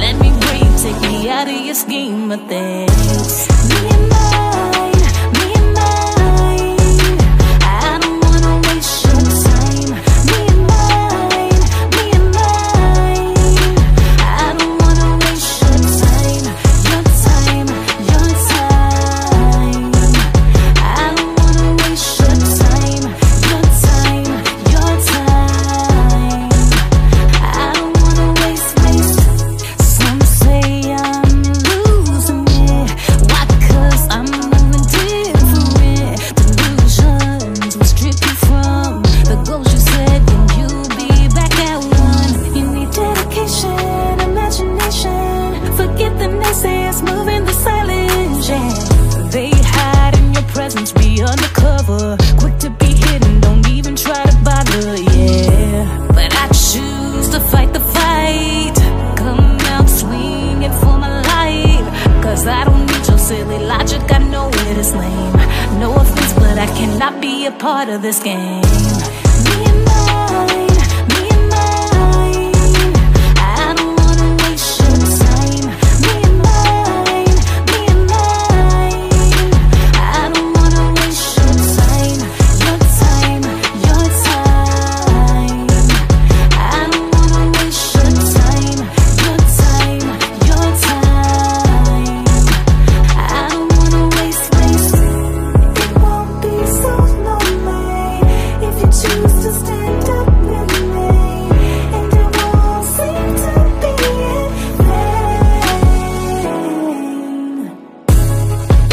Let me breathe, take me out of your scheme of things. Me and mine, me and mine. I don't wanna waste your time. Me and mine, me and mine. I don't wanna waste your time, your time, your time. I don't wanna waste your time, your time, your time. I don't wanna waste, waste. Some say I'm losing it. Why? 'Cause I'm living different. Delusions will strip you from the goals you set, and you'll be back at one. You need dedication, imagination. Forget the naysayers, move in the silence. Yeah. They hide in your presence, be undercover. Quick to be hidden, don't even try to bother. Yeah, but I choose to fight the fight. Come out swinging for my life. Cause I don't need your silly logic, I know it is lame. No offense, but I cannot be a part of this game. Me and mine, me and mine. I don't wanna waste your time. Me and mine, me and mine. I don't wanna waste your time, your time, your time. I don't wanna waste your time, your time, your time. I don't wanna waste, waste. It won't be so lonely if you choose to stand up with me, and it won't seem to be in vain.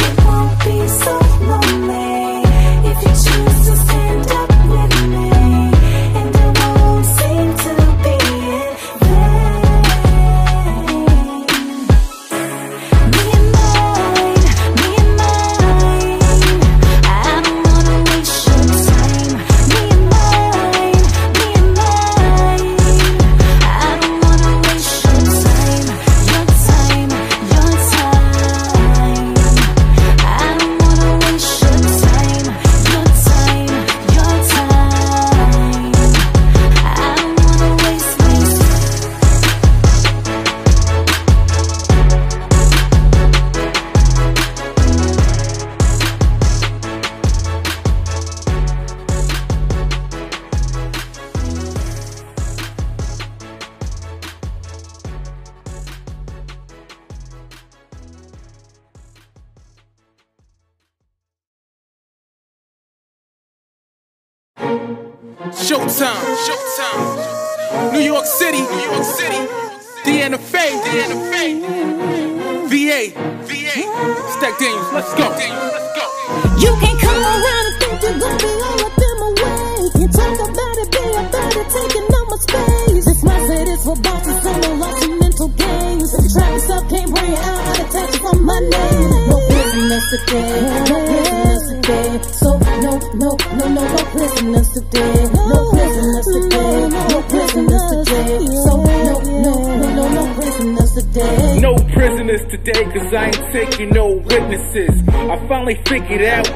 It won't be so lonely if you choose to stand up with me, and it won't seem to be in vain. Me and mine, me and mine. I don't wanna waste your time. Me and mine, me and mine. I don't wanna waste your time, your time, your time. I don't wanna waste your time, your time, your time. I don't wanna waste, waste. Showtime. Showtime. New York City. New York City. Deanna Faye. Deanna Faye. VA, VA, Stack Daniels, let's go. Let's go. You can't come around and think you're gonna be all up in my way. You talk about it, be about it, taking up my space. This my city's for bosses, I'm not watching mental games. If you try yourself, can't bring it out, I'd attach it from my name. No business today, no business today. So no, no, no, no, no prisoners today. No prisoners today, no prisoners today. So no, no, no, no, no prisoners today. No prisoners today, cause I ain't taking no witnesses. I finally figured out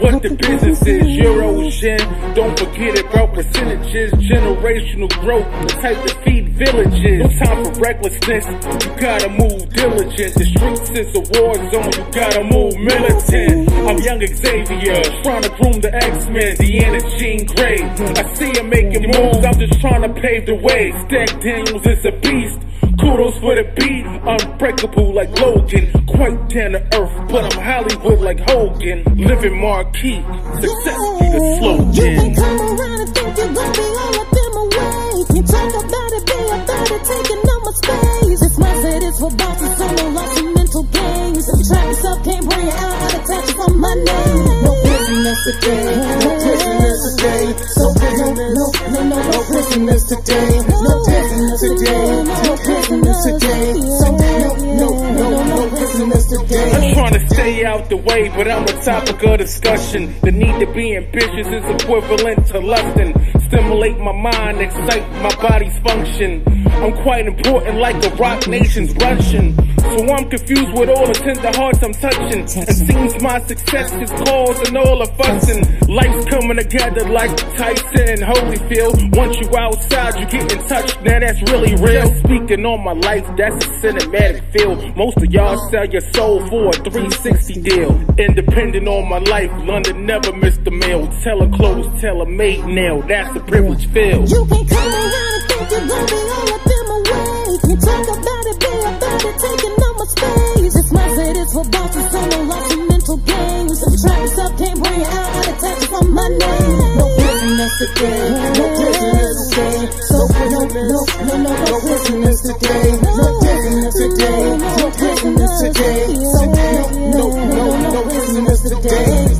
what the business is. Eurogen, don't forget about percentages. Generational growth, the type to feed villages. No time for recklessness, you gotta move diligent. The streets is a war zone, you gotta move militant. I'm young Xavier, trying to groom the X-Men, Deanna Jean Grey. I see him making moves, I'm just trying to pave the way. Stack Daniels is a beast. Kudos for the beat, unbreakable like Logan. Quite down to earth, but I'm Hollywood like Hogan. Living marquee, success be You the can slogan. come around and think you're gonna be all up in my way. You talk about it, be about it, taking up my space. This mindset is for bosses, so no lots of mental games. If you try yourself, can't bring it out, I'd attach it from my name. No prisoners today, no prisoners today. So no, no, no, no, no prisoners today. No prisoners today, no prisoners today. So no, no, no, no, no prisoners today. I'm trying to stay out the way, but I'm a topic of discussion. The need to be ambitious is equivalent to lusting. Stimulate my mind, excite my body's function. I'm quite important like the rock nation's Russian. So I'm confused with all the tender hearts I'm touching. It seems my success is causing all the fussing. Life's coming together like Tyson and Holyfield. Once you outside, you get in touch. Now that's really real. Speaking on my life, that's a cinematic field. Most of y'all sell your soul for a 360 deal. Independent on my life, London never missed the mail. Tell her clothes, tell her mate now. That's a privilege field. You can't come around and think you're gonna be all up in my way. You talk about it, be about it, taking up my space. This mindset is for bosses, so no lots of mental games. If you try yourself, can't bring it out, I'd attach it from my name. No prisoners today, no prisoners today. So no, no, no, no, no prisoners today. No prisoners today, no prisoners today. So no, no, no, no, no prisoners today.